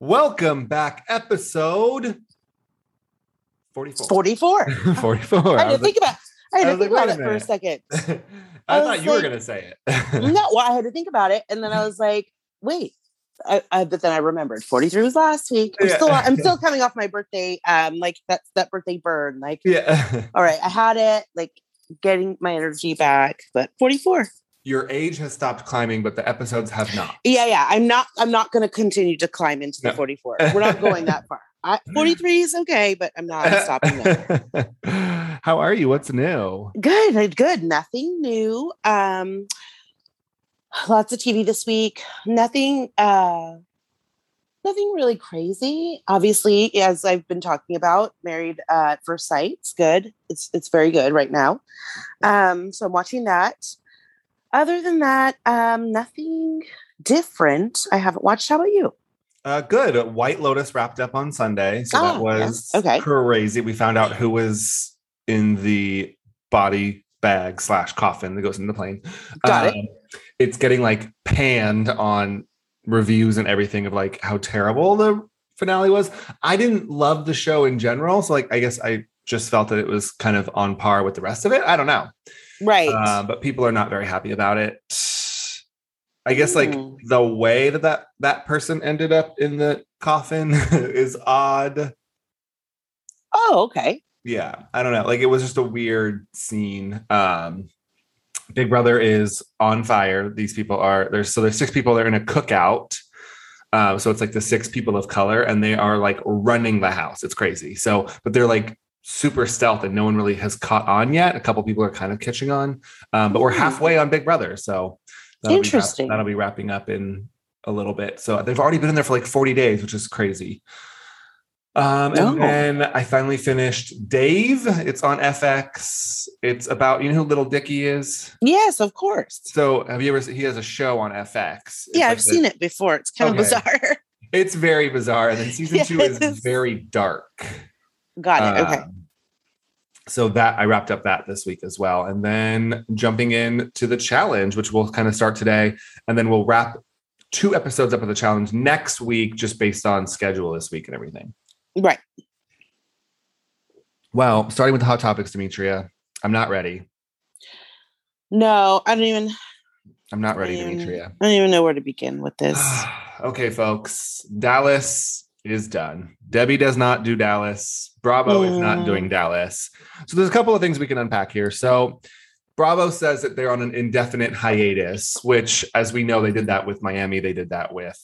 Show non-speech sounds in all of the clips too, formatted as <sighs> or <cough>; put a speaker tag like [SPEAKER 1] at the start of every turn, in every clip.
[SPEAKER 1] Welcome back, episode 44. <laughs>
[SPEAKER 2] 44.
[SPEAKER 1] 44.
[SPEAKER 2] I
[SPEAKER 1] I,
[SPEAKER 2] had to
[SPEAKER 1] was
[SPEAKER 2] think about I had
[SPEAKER 1] I
[SPEAKER 2] to
[SPEAKER 1] was
[SPEAKER 2] think
[SPEAKER 1] like,
[SPEAKER 2] about
[SPEAKER 1] wait
[SPEAKER 2] it
[SPEAKER 1] a
[SPEAKER 2] for a
[SPEAKER 1] minute.
[SPEAKER 2] second.
[SPEAKER 1] <laughs> like- <laughs>
[SPEAKER 2] I
[SPEAKER 1] I
[SPEAKER 2] was
[SPEAKER 1] thought you were
[SPEAKER 2] like-
[SPEAKER 1] going to say
[SPEAKER 2] no,
[SPEAKER 1] it.
[SPEAKER 2] well, I had to think about it. And then
[SPEAKER 1] <laughs>
[SPEAKER 2] I was like, wait. I, I, but then I remembered 43 was last week. I'm
[SPEAKER 1] Yeah.
[SPEAKER 2] still
[SPEAKER 1] <laughs>
[SPEAKER 2] I'm still coming off my birthday. Um, like that's that birthday burn. Like,
[SPEAKER 1] <laughs> yeah.
[SPEAKER 2] all right, I had it, like getting my energy back, but 44.
[SPEAKER 1] Your age has stopped climbing, but the episodes have not.
[SPEAKER 2] Yeah, yeah. I'm not I'm not gonna continue to climb into the
[SPEAKER 1] No.
[SPEAKER 2] 44. We're not going
[SPEAKER 1] <laughs>
[SPEAKER 2] that far. I, 43 is okay, but I'm not stopping there.
[SPEAKER 1] <laughs> How are you? What's new?
[SPEAKER 2] good good nothing new um lots of tv this week nothing uh nothing really crazy obviously as i've been talking about married uh, at first sight it's good it's it's very good right now um so i'm watching that other than that um nothing different i haven't watched how about you
[SPEAKER 1] Uh, good. White Lotus wrapped up on Sunday. So
[SPEAKER 2] Ah,
[SPEAKER 1] that was
[SPEAKER 2] yes. Okay.
[SPEAKER 1] crazy. We found out who was in the body bag slash coffin that goes in the plane. Um,
[SPEAKER 2] Got it.
[SPEAKER 1] It's getting like panned on reviews and everything of like how terrible the finale was. I didn't love the show in general. So, like, I guess I just felt that it was kind of on par with the rest of it. I don't know.
[SPEAKER 2] right
[SPEAKER 1] Uh, but people are not very happy about it. I guess like
[SPEAKER 2] Hmm.
[SPEAKER 1] the way that, that that person ended up in the coffin <laughs> is odd.
[SPEAKER 2] oh okay
[SPEAKER 1] Yeah, I don't know. Like it was just a weird scene. Um Big Brother is on fire. These people are there's so there's six people. They're in a cookout. Uh, so it's like the six people of color, and they are like running the house. It's crazy. So, but they're like super stealth, and no one really has caught on yet. A couple people are kind of catching on, um, but we're
[SPEAKER 2] Hmm.
[SPEAKER 1] halfway on Big Brother. So that'll be wrap-
[SPEAKER 2] Interesting.
[SPEAKER 1] that'll be wrapping up in a little bit. So they've already been in there for like 40 days, which is crazy. Um,
[SPEAKER 2] No.
[SPEAKER 1] And then I finally finished Dave. It's on FX. It's about you know who Little Dicky is.
[SPEAKER 2] yes of course
[SPEAKER 1] So have you ever? He has a show on FX. It's
[SPEAKER 2] yeah
[SPEAKER 1] like
[SPEAKER 2] i've
[SPEAKER 1] the-
[SPEAKER 2] seen it before it's kind
[SPEAKER 1] Okay.
[SPEAKER 2] of bizarre <laughs>
[SPEAKER 1] It's very bizarre, and then season two is
[SPEAKER 2] Yes.
[SPEAKER 1] very dark.
[SPEAKER 2] got it okay
[SPEAKER 1] Um, so that I wrapped up that this week as well, and then jumping in to the challenge, which will kind of start today, and then we'll wrap two episodes up of the challenge next week, just based on schedule this week and everything.
[SPEAKER 2] right
[SPEAKER 1] Well, starting with the hot topics, Demetria. I'm not ready.
[SPEAKER 2] No, I don't even
[SPEAKER 1] I'm not ready,
[SPEAKER 2] Mm.
[SPEAKER 1] Demetria.
[SPEAKER 2] I don't even know where to begin with this.
[SPEAKER 1] <sighs> okay, folks. Dallas is done. Debbie does not do Dallas. Bravo is not
[SPEAKER 2] Mm.
[SPEAKER 1] doing Dallas. So there's a couple of things we can unpack here. So Bravo says that they're on an indefinite hiatus, which, as we know, they did that with Miami. They did that with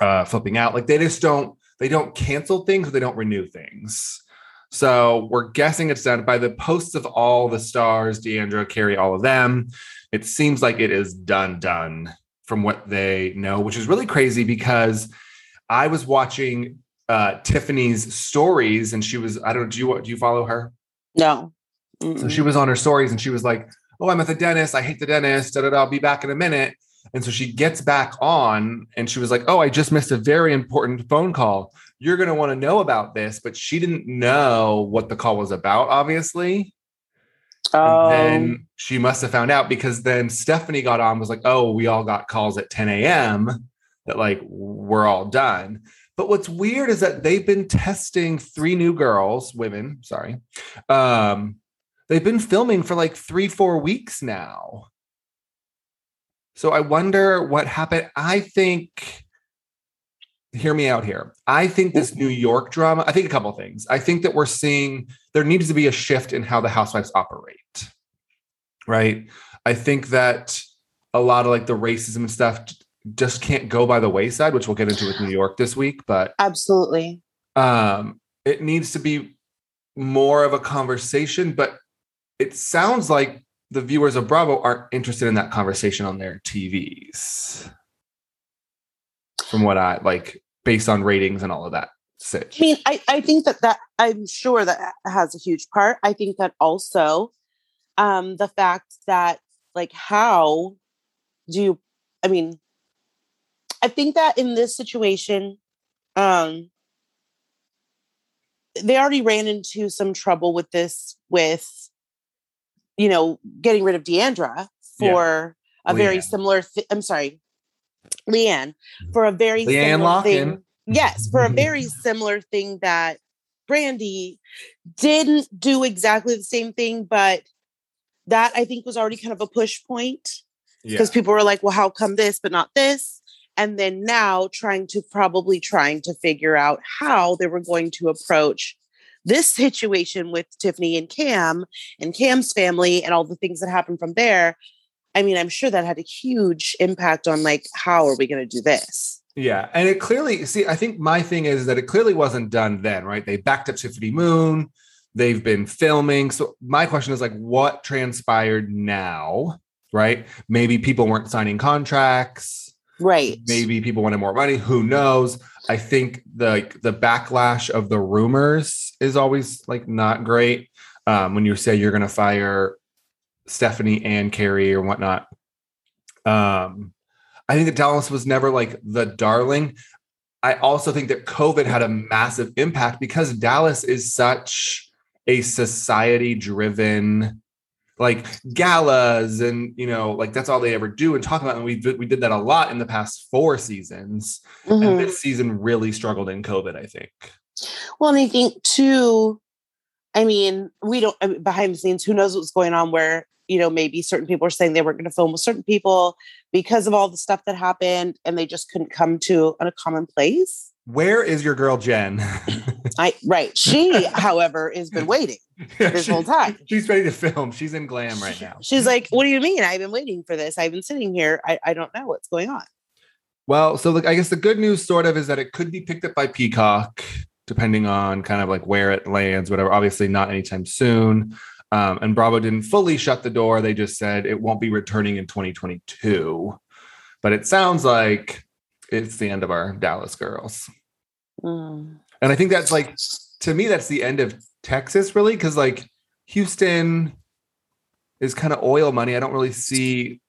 [SPEAKER 1] uh, flipping out. Like they just don't they don't cancel things, but they don't renew things. So we're guessing it's done by the posts of all the stars, Deandra, Carrie, all of them. It seems like it is done, done from what they know, which is really crazy because I was watching uh, Tiffany's stories and she was, I don't know, do you, do you follow her?
[SPEAKER 2] No.
[SPEAKER 1] So
[SPEAKER 2] Mm-mm.
[SPEAKER 1] she was on her stories and she was like, Oh, I'm at the dentist. I hate the dentist. Da, da, da, I'll be back in a minute. And so she gets back on and she was like, Oh, I just missed a very important phone call. You're going to want to know about this. But she didn't know what the call was about, obviously.
[SPEAKER 2] oh,
[SPEAKER 1] And then she must have found out because then Stephanie got on, was like, oh, we all got calls at 10 a.m. that like we're all done. But what's weird is that they've been testing three new girls, women, sorry. Um, they've been filming for like three, four weeks now. So I wonder what happened. I think, hear me out here. I think this New York drama, I think a couple things. I think that we're seeing there needs to be a shift in how the housewives operate right i think that a lot of like the racism and stuff j- just can't go by the wayside which we'll get into with new york this week but
[SPEAKER 2] absolutely.
[SPEAKER 1] um it needs to be more of a conversation but it sounds like the viewers of bravo aren't interested in that conversation on their tvs from what i like based on ratings and all of that sitch.
[SPEAKER 2] I mean, I, I think that that I'm sure that has a huge part. I think that also um, the fact that like how do you? I mean, I think that in this situation, um, they already ran into some trouble with this with you know getting rid of Deandra for a very
[SPEAKER 1] Leanne.
[SPEAKER 2] similar. Th- I'm sorry, Leanne for a very
[SPEAKER 1] Leanne
[SPEAKER 2] similar
[SPEAKER 1] Locken.
[SPEAKER 2] thing yes
[SPEAKER 1] Mm-hmm.
[SPEAKER 2] for a very similar thing that brandy didn't do exactly the same thing but that i think was already kind of a push point
[SPEAKER 1] Yeah.
[SPEAKER 2] because people were like well how come this but not this and then now trying to probably trying to figure out how they were going to approach this situation with tiffany and cam and cam's family and all the things that happened from there i mean i'm sure that had a huge impact on like how are we going to do this
[SPEAKER 1] Yeah. And it clearly, see, I think my thing is that it clearly wasn't done then, right? They backed up Tiffany Moon. They've been filming. So my question is like, what transpired now, right? Maybe people weren't signing contracts.
[SPEAKER 2] right
[SPEAKER 1] Maybe people wanted more money. Who knows? I think the the backlash of the rumors is always like not great. Um, when you say you're going to fire Stephanie and Carrie or whatnot. Um, I think that Dallas was never like the darling. I also think that COVID had a massive impact because Dallas is such a society driven like galas and you know like that's all they ever do and talk about and we did, we did that a lot in the past four seasons
[SPEAKER 2] Mhm.
[SPEAKER 1] and this season really struggled in covid i think
[SPEAKER 2] Well, and I think too, I mean, we don't I mean, behind the scenes. Who knows what's going on? Where you know maybe certain people are saying they weren't going to film with certain people because of all the stuff that happened, and they just couldn't come to a common place.
[SPEAKER 1] where is your girl jen
[SPEAKER 2] I right. She, however, has been waiting
[SPEAKER 1] <laughs>
[SPEAKER 2] this whole time.
[SPEAKER 1] she's ready to film she's in glam right now
[SPEAKER 2] She's like, "What do you mean? I've been waiting for this. I've been sitting here. I, I don't know what's going on."
[SPEAKER 1] Well, so like I guess the good news sort of is that it could be picked up by Peacock, depending on kind of like where it lands, whatever. Obviously, not anytime soon. Um, and Bravo didn't fully shut the door. They just said it won't be returning in 2022. But it sounds like it's the end of our Dallas girls.
[SPEAKER 2] Mm.
[SPEAKER 1] And I think that's like to me, that's the end of Texas, really, because like Houston is kind of oil money. I don't really see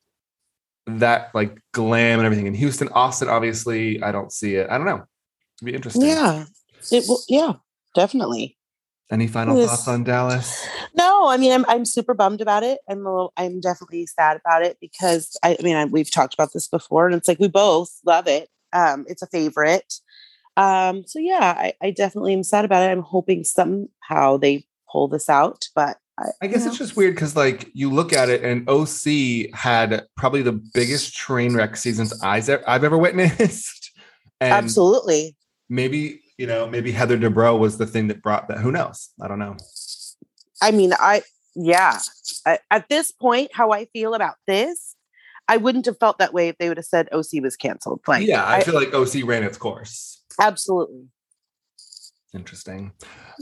[SPEAKER 1] that like glam and everything in Houston. Austin, obviously, I don't see it. I don't know. It'd be interesting.
[SPEAKER 2] Yeah. It will, yeah, definitely.
[SPEAKER 1] Any final
[SPEAKER 2] Yes.
[SPEAKER 1] thoughts on Dallas?
[SPEAKER 2] No, I mean I'm I'm super bummed about it. I'm a little, I'm definitely sad about it because I, I mean I, we've talked about this before, and it's like we both love it. Um, it's a favorite. Um, so yeah, I, I definitely am sad about it. I'm hoping somehow they pull this out, but I,
[SPEAKER 1] I guess
[SPEAKER 2] you know.
[SPEAKER 1] it's just weird because like you look at it and OC had probably the biggest train wreck seasons I've ever, I've ever witnessed. <laughs> And
[SPEAKER 2] absolutely
[SPEAKER 1] maybe, you know, maybe Heather Dubrow was the thing that brought that. Who knows? I don't know.
[SPEAKER 2] I mean, I yeah. I, at this point, how I feel about this, I wouldn't have felt that way if they would have said OC was canceled. Like,
[SPEAKER 1] yeah, I
[SPEAKER 2] I-
[SPEAKER 1] feel like OC ran its course.
[SPEAKER 2] absolutely.
[SPEAKER 1] Interesting.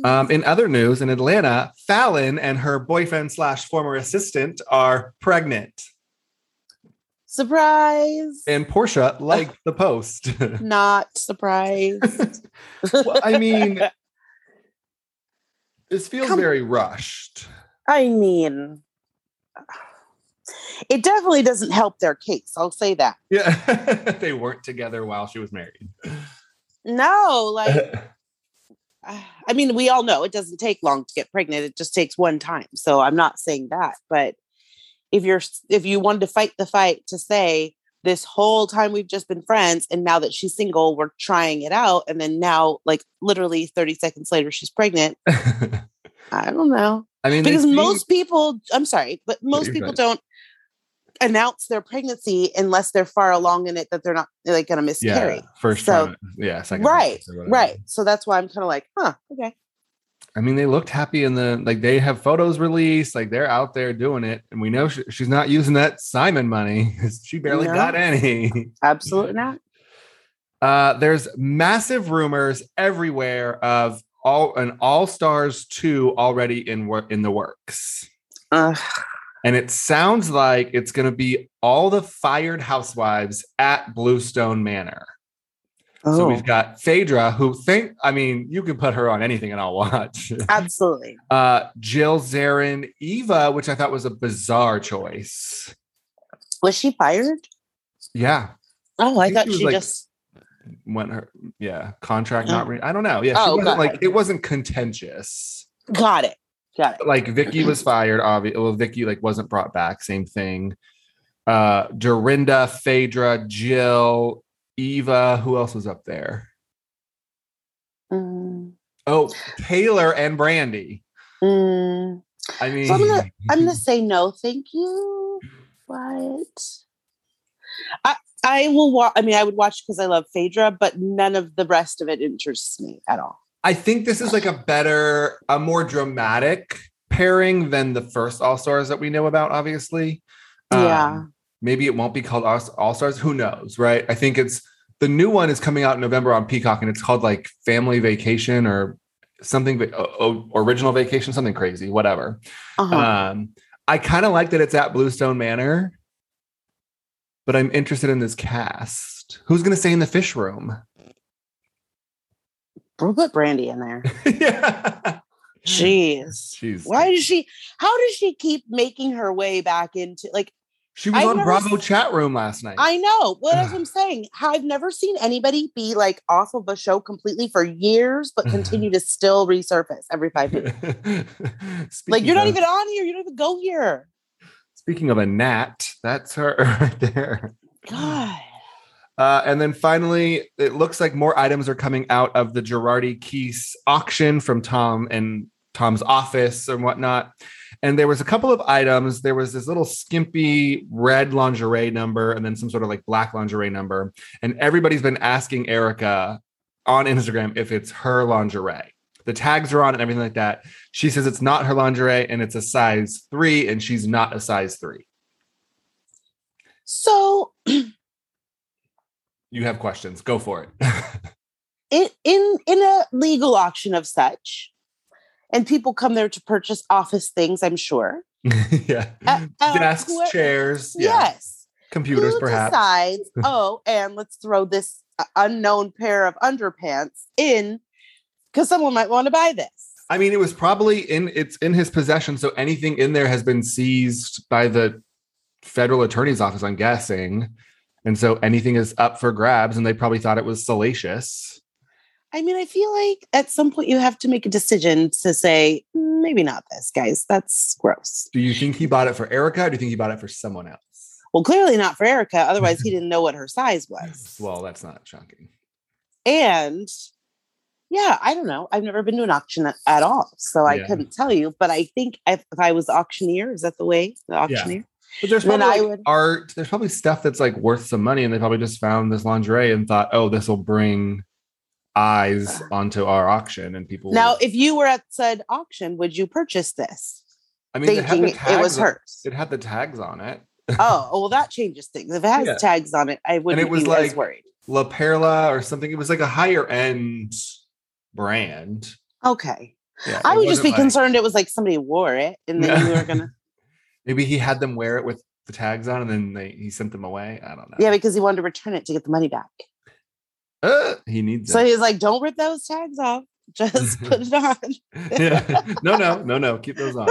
[SPEAKER 1] Um, in other news, in Atlanta, Fallon and her boyfriend slash former assistant are pregnant,
[SPEAKER 2] Surprise.
[SPEAKER 1] and Portia liked the post. <laughs>
[SPEAKER 2] Not surprised.
[SPEAKER 1] Well, I
[SPEAKER 2] <laughs>
[SPEAKER 1] mean, this feels
[SPEAKER 2] Come-
[SPEAKER 1] very rushed.
[SPEAKER 2] I mean, it definitely doesn't help their case. I'll say that.
[SPEAKER 1] Yeah, <laughs> they weren't together while she was married. <laughs>
[SPEAKER 2] No, like, I mean, we all know it doesn't take long to get pregnant. It just takes one time. So I'm not saying that, but if you're if you wanted to fight the fight to say this whole time we've just been friends and now that she's single we're trying it out and then now like literally 30 seconds later she's pregnant
[SPEAKER 1] I
[SPEAKER 2] i don't know
[SPEAKER 1] mean, they
[SPEAKER 2] because
[SPEAKER 1] seem-
[SPEAKER 2] most people i'm sorry but most
[SPEAKER 1] you're
[SPEAKER 2] people
[SPEAKER 1] right.
[SPEAKER 2] don't announce their pregnancy unless they're far along in it that they're not like going to
[SPEAKER 1] yeah,
[SPEAKER 2] miscarry
[SPEAKER 1] first
[SPEAKER 2] So-
[SPEAKER 1] time, yeah, second time,
[SPEAKER 2] right
[SPEAKER 1] or whatever.
[SPEAKER 2] right so that's why i'm kind of like huh okay
[SPEAKER 1] I mean, they looked happy in the like they have photos released, like they're out there doing it, and we know she, she's not using that Simon money. <laughs> 'cause she barely
[SPEAKER 2] No.
[SPEAKER 1] got any.
[SPEAKER 2] absolutely not
[SPEAKER 1] Uh, there's massive rumors everywhere of all an All Stars two already in work in the works,
[SPEAKER 2] Ugh.
[SPEAKER 1] and it sounds like it's going to be all the fired housewives at Bluestone Manor. So
[SPEAKER 2] Oh,
[SPEAKER 1] we've got Phaedra, who think I mean, you can put her on anything and I'll watch.
[SPEAKER 2] absolutely.
[SPEAKER 1] Uh, Jill Zarin, Eva, which I thought was a bizarre choice.
[SPEAKER 2] Was she fired?
[SPEAKER 1] Yeah,
[SPEAKER 2] Oh, I
[SPEAKER 1] think
[SPEAKER 2] thought
[SPEAKER 1] she was,
[SPEAKER 2] she
[SPEAKER 1] like,
[SPEAKER 2] just.
[SPEAKER 1] when her yeah contract not re- I don't know. Yeah, she
[SPEAKER 2] Oh,
[SPEAKER 1] wasn't
[SPEAKER 2] God.
[SPEAKER 1] like it wasn't contentious.
[SPEAKER 2] Got it. Got it.
[SPEAKER 1] Like Vicky was fired. Obviously, well, Vicky like wasn't brought back. Same thing. Uh, Dorinda, Phaedra, Jill, Eva. Who else was up there?
[SPEAKER 2] Mm,
[SPEAKER 1] Oh, Taylor and Brandy.
[SPEAKER 2] mm.
[SPEAKER 1] I mean,
[SPEAKER 2] So I'm gonna- I'm gonna say no, thank you. But I I will watch. I mean, I would watch because I love Phaedra, but none of the rest of it interests me at all.
[SPEAKER 1] I think this is like a better, a more dramatic pairing than the first All Stars that we know about, obviously. Um,
[SPEAKER 2] Yeah.
[SPEAKER 1] Maybe it won't be called All Stars. Who knows, right? I think it's the new one is coming out in November on Peacock and it's called like Family Vacation or something, va- o- o- original vacation, something crazy, whatever.
[SPEAKER 2] Uh-huh.
[SPEAKER 1] Um, I kind of like that it's at Bluestone Manor, but I'm interested in this cast. Who's going to stay in the fish room? <laughs>
[SPEAKER 2] we'll put Brandy in there.
[SPEAKER 1] yeah.
[SPEAKER 2] Jeez.
[SPEAKER 1] Jeez.
[SPEAKER 2] Why does she? How does she keep making her way back into like?
[SPEAKER 1] She was
[SPEAKER 2] I've
[SPEAKER 1] on
[SPEAKER 2] never
[SPEAKER 1] Bravo
[SPEAKER 2] s-
[SPEAKER 1] chat room last night. <laughs>
[SPEAKER 2] I know. Well, that's what I'm saying. How- I've never seen anybody be like off of a show completely for years, but continue to still resurface every five minutes. Like
[SPEAKER 1] Speaking
[SPEAKER 2] you're not
[SPEAKER 1] of-
[SPEAKER 2] even on here. You don't even go here.
[SPEAKER 1] Speaking of a gnat, that's her <laughs> right there.
[SPEAKER 2] God.
[SPEAKER 1] Uh, and then finally, it looks like more items are coming out of the Girardi Keys auction from Tom and Tom's office and whatnot. And there was a couple of items. There was this little skimpy red lingerie number, and then some sort of like black lingerie number. And everybody's been asking Erica on Instagram if it's her lingerie. The tags are on and everything like that. She says it's not her lingerie and it's a size three, and she's not a size three.
[SPEAKER 2] So
[SPEAKER 1] You have questions. Go for it. <laughs>
[SPEAKER 2] in in in a legal auction of such, and people come there to purchase office things. I'm sure.
[SPEAKER 1] yeah.
[SPEAKER 2] Uh, uh,
[SPEAKER 1] Desks,
[SPEAKER 2] whoever-
[SPEAKER 1] chairs, yeah.
[SPEAKER 2] Yes.
[SPEAKER 1] computers,
[SPEAKER 2] who
[SPEAKER 1] perhaps. <laughs>
[SPEAKER 2] decides, oh, and let's throw this uh, unknown pair of underpants in because someone might want to buy this.
[SPEAKER 1] I mean, it was probably in it's in his possession, so anything in there has been seized by the federal attorney's office. I'm guessing, and so anything is up for grabs, and they probably thought it was salacious.
[SPEAKER 2] I mean, I feel like at some point you have to make a decision to say, "Mm, maybe not this, guys. That's gross.
[SPEAKER 1] Do you think he bought it for Erica? Or do you think he bought it for someone else?
[SPEAKER 2] Well, clearly not for Erica. Otherwise,
[SPEAKER 1] <laughs>
[SPEAKER 2] he didn't know what her size was.
[SPEAKER 1] Well, that's not shocking.
[SPEAKER 2] And yeah, I don't know. I've never been to an auction at, at all. So I
[SPEAKER 1] Yeah.
[SPEAKER 2] couldn't tell you. But I think if, if I was the auctioneer, is that the way? The auctioneer?
[SPEAKER 1] But there's
[SPEAKER 2] Then
[SPEAKER 1] probably
[SPEAKER 2] I
[SPEAKER 1] like,
[SPEAKER 2] would-
[SPEAKER 1] art. There's probably stuff that's like worth some money, and they probably just found this lingerie and thought, "Oh, this will bring
[SPEAKER 2] <sighs>
[SPEAKER 1] eyes onto our auction," and people.
[SPEAKER 2] Now,
[SPEAKER 1] will-
[SPEAKER 2] if you were at said auction, would you purchase this?
[SPEAKER 1] I mean, they had the
[SPEAKER 2] thinking it was
[SPEAKER 1] tags on-
[SPEAKER 2] hers.
[SPEAKER 1] It had the tags on it.
[SPEAKER 2] oh, well, that changes things. If it has
[SPEAKER 1] Yeah.
[SPEAKER 2] tags on it, I wouldn't
[SPEAKER 1] was
[SPEAKER 2] be
[SPEAKER 1] like-
[SPEAKER 2] as worried.
[SPEAKER 1] La Perla or something. It was like a higher end brand.
[SPEAKER 2] Okay.
[SPEAKER 1] Yeah,
[SPEAKER 2] I
[SPEAKER 1] it
[SPEAKER 2] would just
[SPEAKER 1] wasn't
[SPEAKER 2] be
[SPEAKER 1] like-
[SPEAKER 2] concerned it was like somebody wore it and then you were
[SPEAKER 1] <laughs>
[SPEAKER 2] going to.
[SPEAKER 1] Maybe he had them wear it with the tags on, and then they, he sent them away. I don't know.
[SPEAKER 2] Yeah, because he wanted to return it to get the money back.
[SPEAKER 1] Uh, he needs
[SPEAKER 2] So
[SPEAKER 1] it.
[SPEAKER 2] he was like, don't rip those tags off. <laughs> Just put it on.
[SPEAKER 1] <laughs> yeah. No, no, no, no. Keep those
[SPEAKER 2] <laughs>
[SPEAKER 1] on.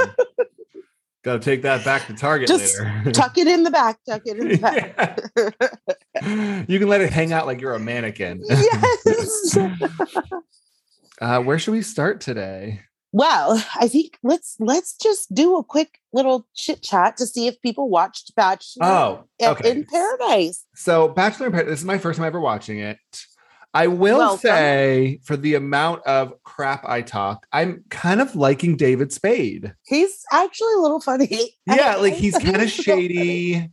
[SPEAKER 1] Got to take that back to Target
[SPEAKER 2] Just
[SPEAKER 1] later. <laughs>
[SPEAKER 2] Tuck it in the back. Tuck it in the back.
[SPEAKER 1] Yeah. You can let it hang out like you're a mannequin.
[SPEAKER 2] <laughs> yes.
[SPEAKER 1] <laughs> uh, where should we start today?
[SPEAKER 2] <laughs> Well, I think let's let's just do a quick little chit chat to see if people watched Bachelor
[SPEAKER 1] Oh,
[SPEAKER 2] in-
[SPEAKER 1] okay.
[SPEAKER 2] in Paradise.
[SPEAKER 1] So Bachelor in Paradise, this is my first time ever watching it. I will
[SPEAKER 2] Welcome.
[SPEAKER 1] say, for the amount of crap I talk, I'm kind of liking David Spade.
[SPEAKER 2] He's actually a little funny. <laughs>
[SPEAKER 1] Yeah, like he's kind of
[SPEAKER 2] He's a little funny.
[SPEAKER 1] shady.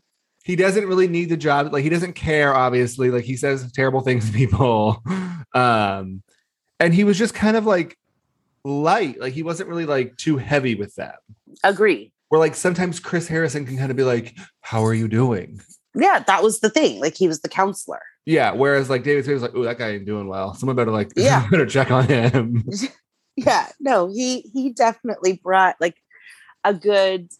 [SPEAKER 1] He doesn't really need the job. Like he doesn't care, obviously. Like he says terrible things to people. <laughs> Um, and he was just kind of like light. Like he wasn't really like too heavy with that.
[SPEAKER 2] Agree.
[SPEAKER 1] Where like sometimes Chris Harrison can kind of be like, How are you doing?
[SPEAKER 2] Yeah, that was the thing. Like he was the counselor.
[SPEAKER 1] Yeah. Whereas like David Spade was like, oh, that guy ain't doing well. Someone better like, <laughs>
[SPEAKER 2] Yeah.
[SPEAKER 1] better check on him. <laughs>
[SPEAKER 2] Yeah, <laughs> no, he he definitely brought like a good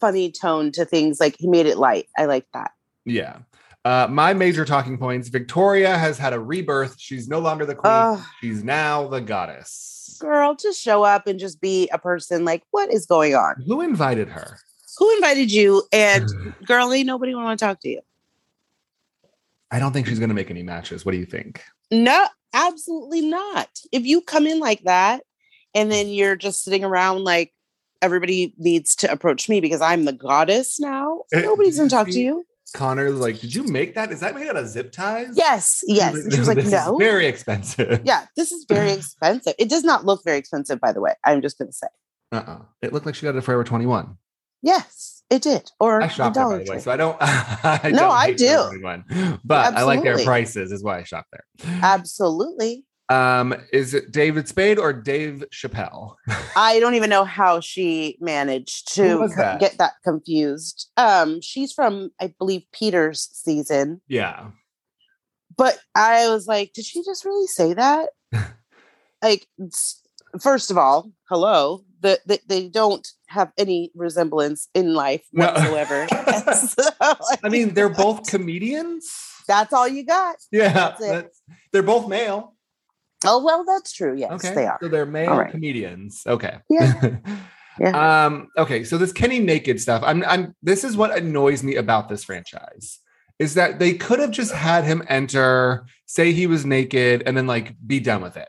[SPEAKER 2] funny tone to things. Like he made it light. I like that.
[SPEAKER 1] yeah. Uh, my major talking points Victoria has had a rebirth. She's no longer the queen,
[SPEAKER 2] Ugh.
[SPEAKER 1] she's now the goddess.
[SPEAKER 2] girl, just show up and just be a person. Like, what is going on?
[SPEAKER 1] Who invited her?
[SPEAKER 2] Who invited you? And girl, ain't nobody want to talk to you.
[SPEAKER 1] I don't think she's going to make any matches. What do you think?
[SPEAKER 2] No, absolutely not. If you come in like that and then you're just sitting around like everybody needs to approach me because I'm the goddess now,
[SPEAKER 1] Eh,
[SPEAKER 2] nobody's gonna talk to
[SPEAKER 1] see-
[SPEAKER 2] you.
[SPEAKER 1] Connor's like, Did you make that? Is that made out of zip ties?
[SPEAKER 2] Yes, yes. And she was
[SPEAKER 1] <laughs>
[SPEAKER 2] like,
[SPEAKER 1] This is
[SPEAKER 2] no.
[SPEAKER 1] very expensive.
[SPEAKER 2] Yeah, this is
[SPEAKER 1] <laughs>
[SPEAKER 2] very expensive. It does not look very expensive, by the way. I'm just gonna say.
[SPEAKER 1] Uh-uh. It looked like she got it at Forever 21.
[SPEAKER 2] Yes, it did. Or
[SPEAKER 1] I
[SPEAKER 2] the
[SPEAKER 1] shop there, by
[SPEAKER 2] Dollar
[SPEAKER 1] the way,
[SPEAKER 2] Tree.
[SPEAKER 1] so I don't. <laughs> I
[SPEAKER 2] No,
[SPEAKER 1] don't
[SPEAKER 2] I
[SPEAKER 1] hate
[SPEAKER 2] do.
[SPEAKER 1] Forever 21, but I like their
[SPEAKER 2] Absolutely.
[SPEAKER 1] prices, is why I shop there.
[SPEAKER 2] Absolutely.
[SPEAKER 1] Um, is it David Spade or Dave Chappelle?
[SPEAKER 2] I don't even know how she managed
[SPEAKER 1] Who
[SPEAKER 2] to
[SPEAKER 1] was that?
[SPEAKER 2] get that confused. Um, she's from, I believe, Peter's season.
[SPEAKER 1] Yeah,
[SPEAKER 2] but I was like, did she just really
[SPEAKER 1] <laughs>
[SPEAKER 2] say that? like, s- first of all, hello, the, the, they don't have any resemblance in life
[SPEAKER 1] No. <laughs>
[SPEAKER 2] whatsoever. <laughs> So,
[SPEAKER 1] I mean they're both comedians.
[SPEAKER 2] <laughs> that's all you got.
[SPEAKER 1] Yeah,
[SPEAKER 2] That's it.
[SPEAKER 1] that's- they're both male.
[SPEAKER 2] Oh well, that's true. Yes,
[SPEAKER 1] Okay,
[SPEAKER 2] they are.
[SPEAKER 1] so they're male
[SPEAKER 2] All right.
[SPEAKER 1] comedians. Okay. <laughs>
[SPEAKER 2] Yeah. Yeah.
[SPEAKER 1] Um. Okay. So this Kenny naked stuff. I'm. I'm. This is what annoys me about this franchise is that they could have just had him enter, say he was naked, and then like be done with it.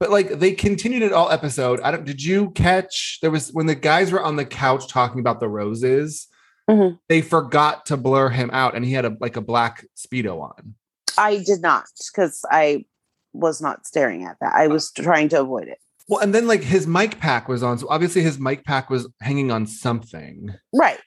[SPEAKER 1] But like they continued it all episode. I don't. Did you catch there was when the guys were on the couch talking about the roses?
[SPEAKER 2] Mhm.
[SPEAKER 1] They forgot to blur him out, and he had a like a black speedo on.
[SPEAKER 2] I did not because I was not staring at that. I was trying to avoid it.
[SPEAKER 1] Well, and then like his mic pack was on, so obviously his mic pack was hanging on something.
[SPEAKER 2] Right.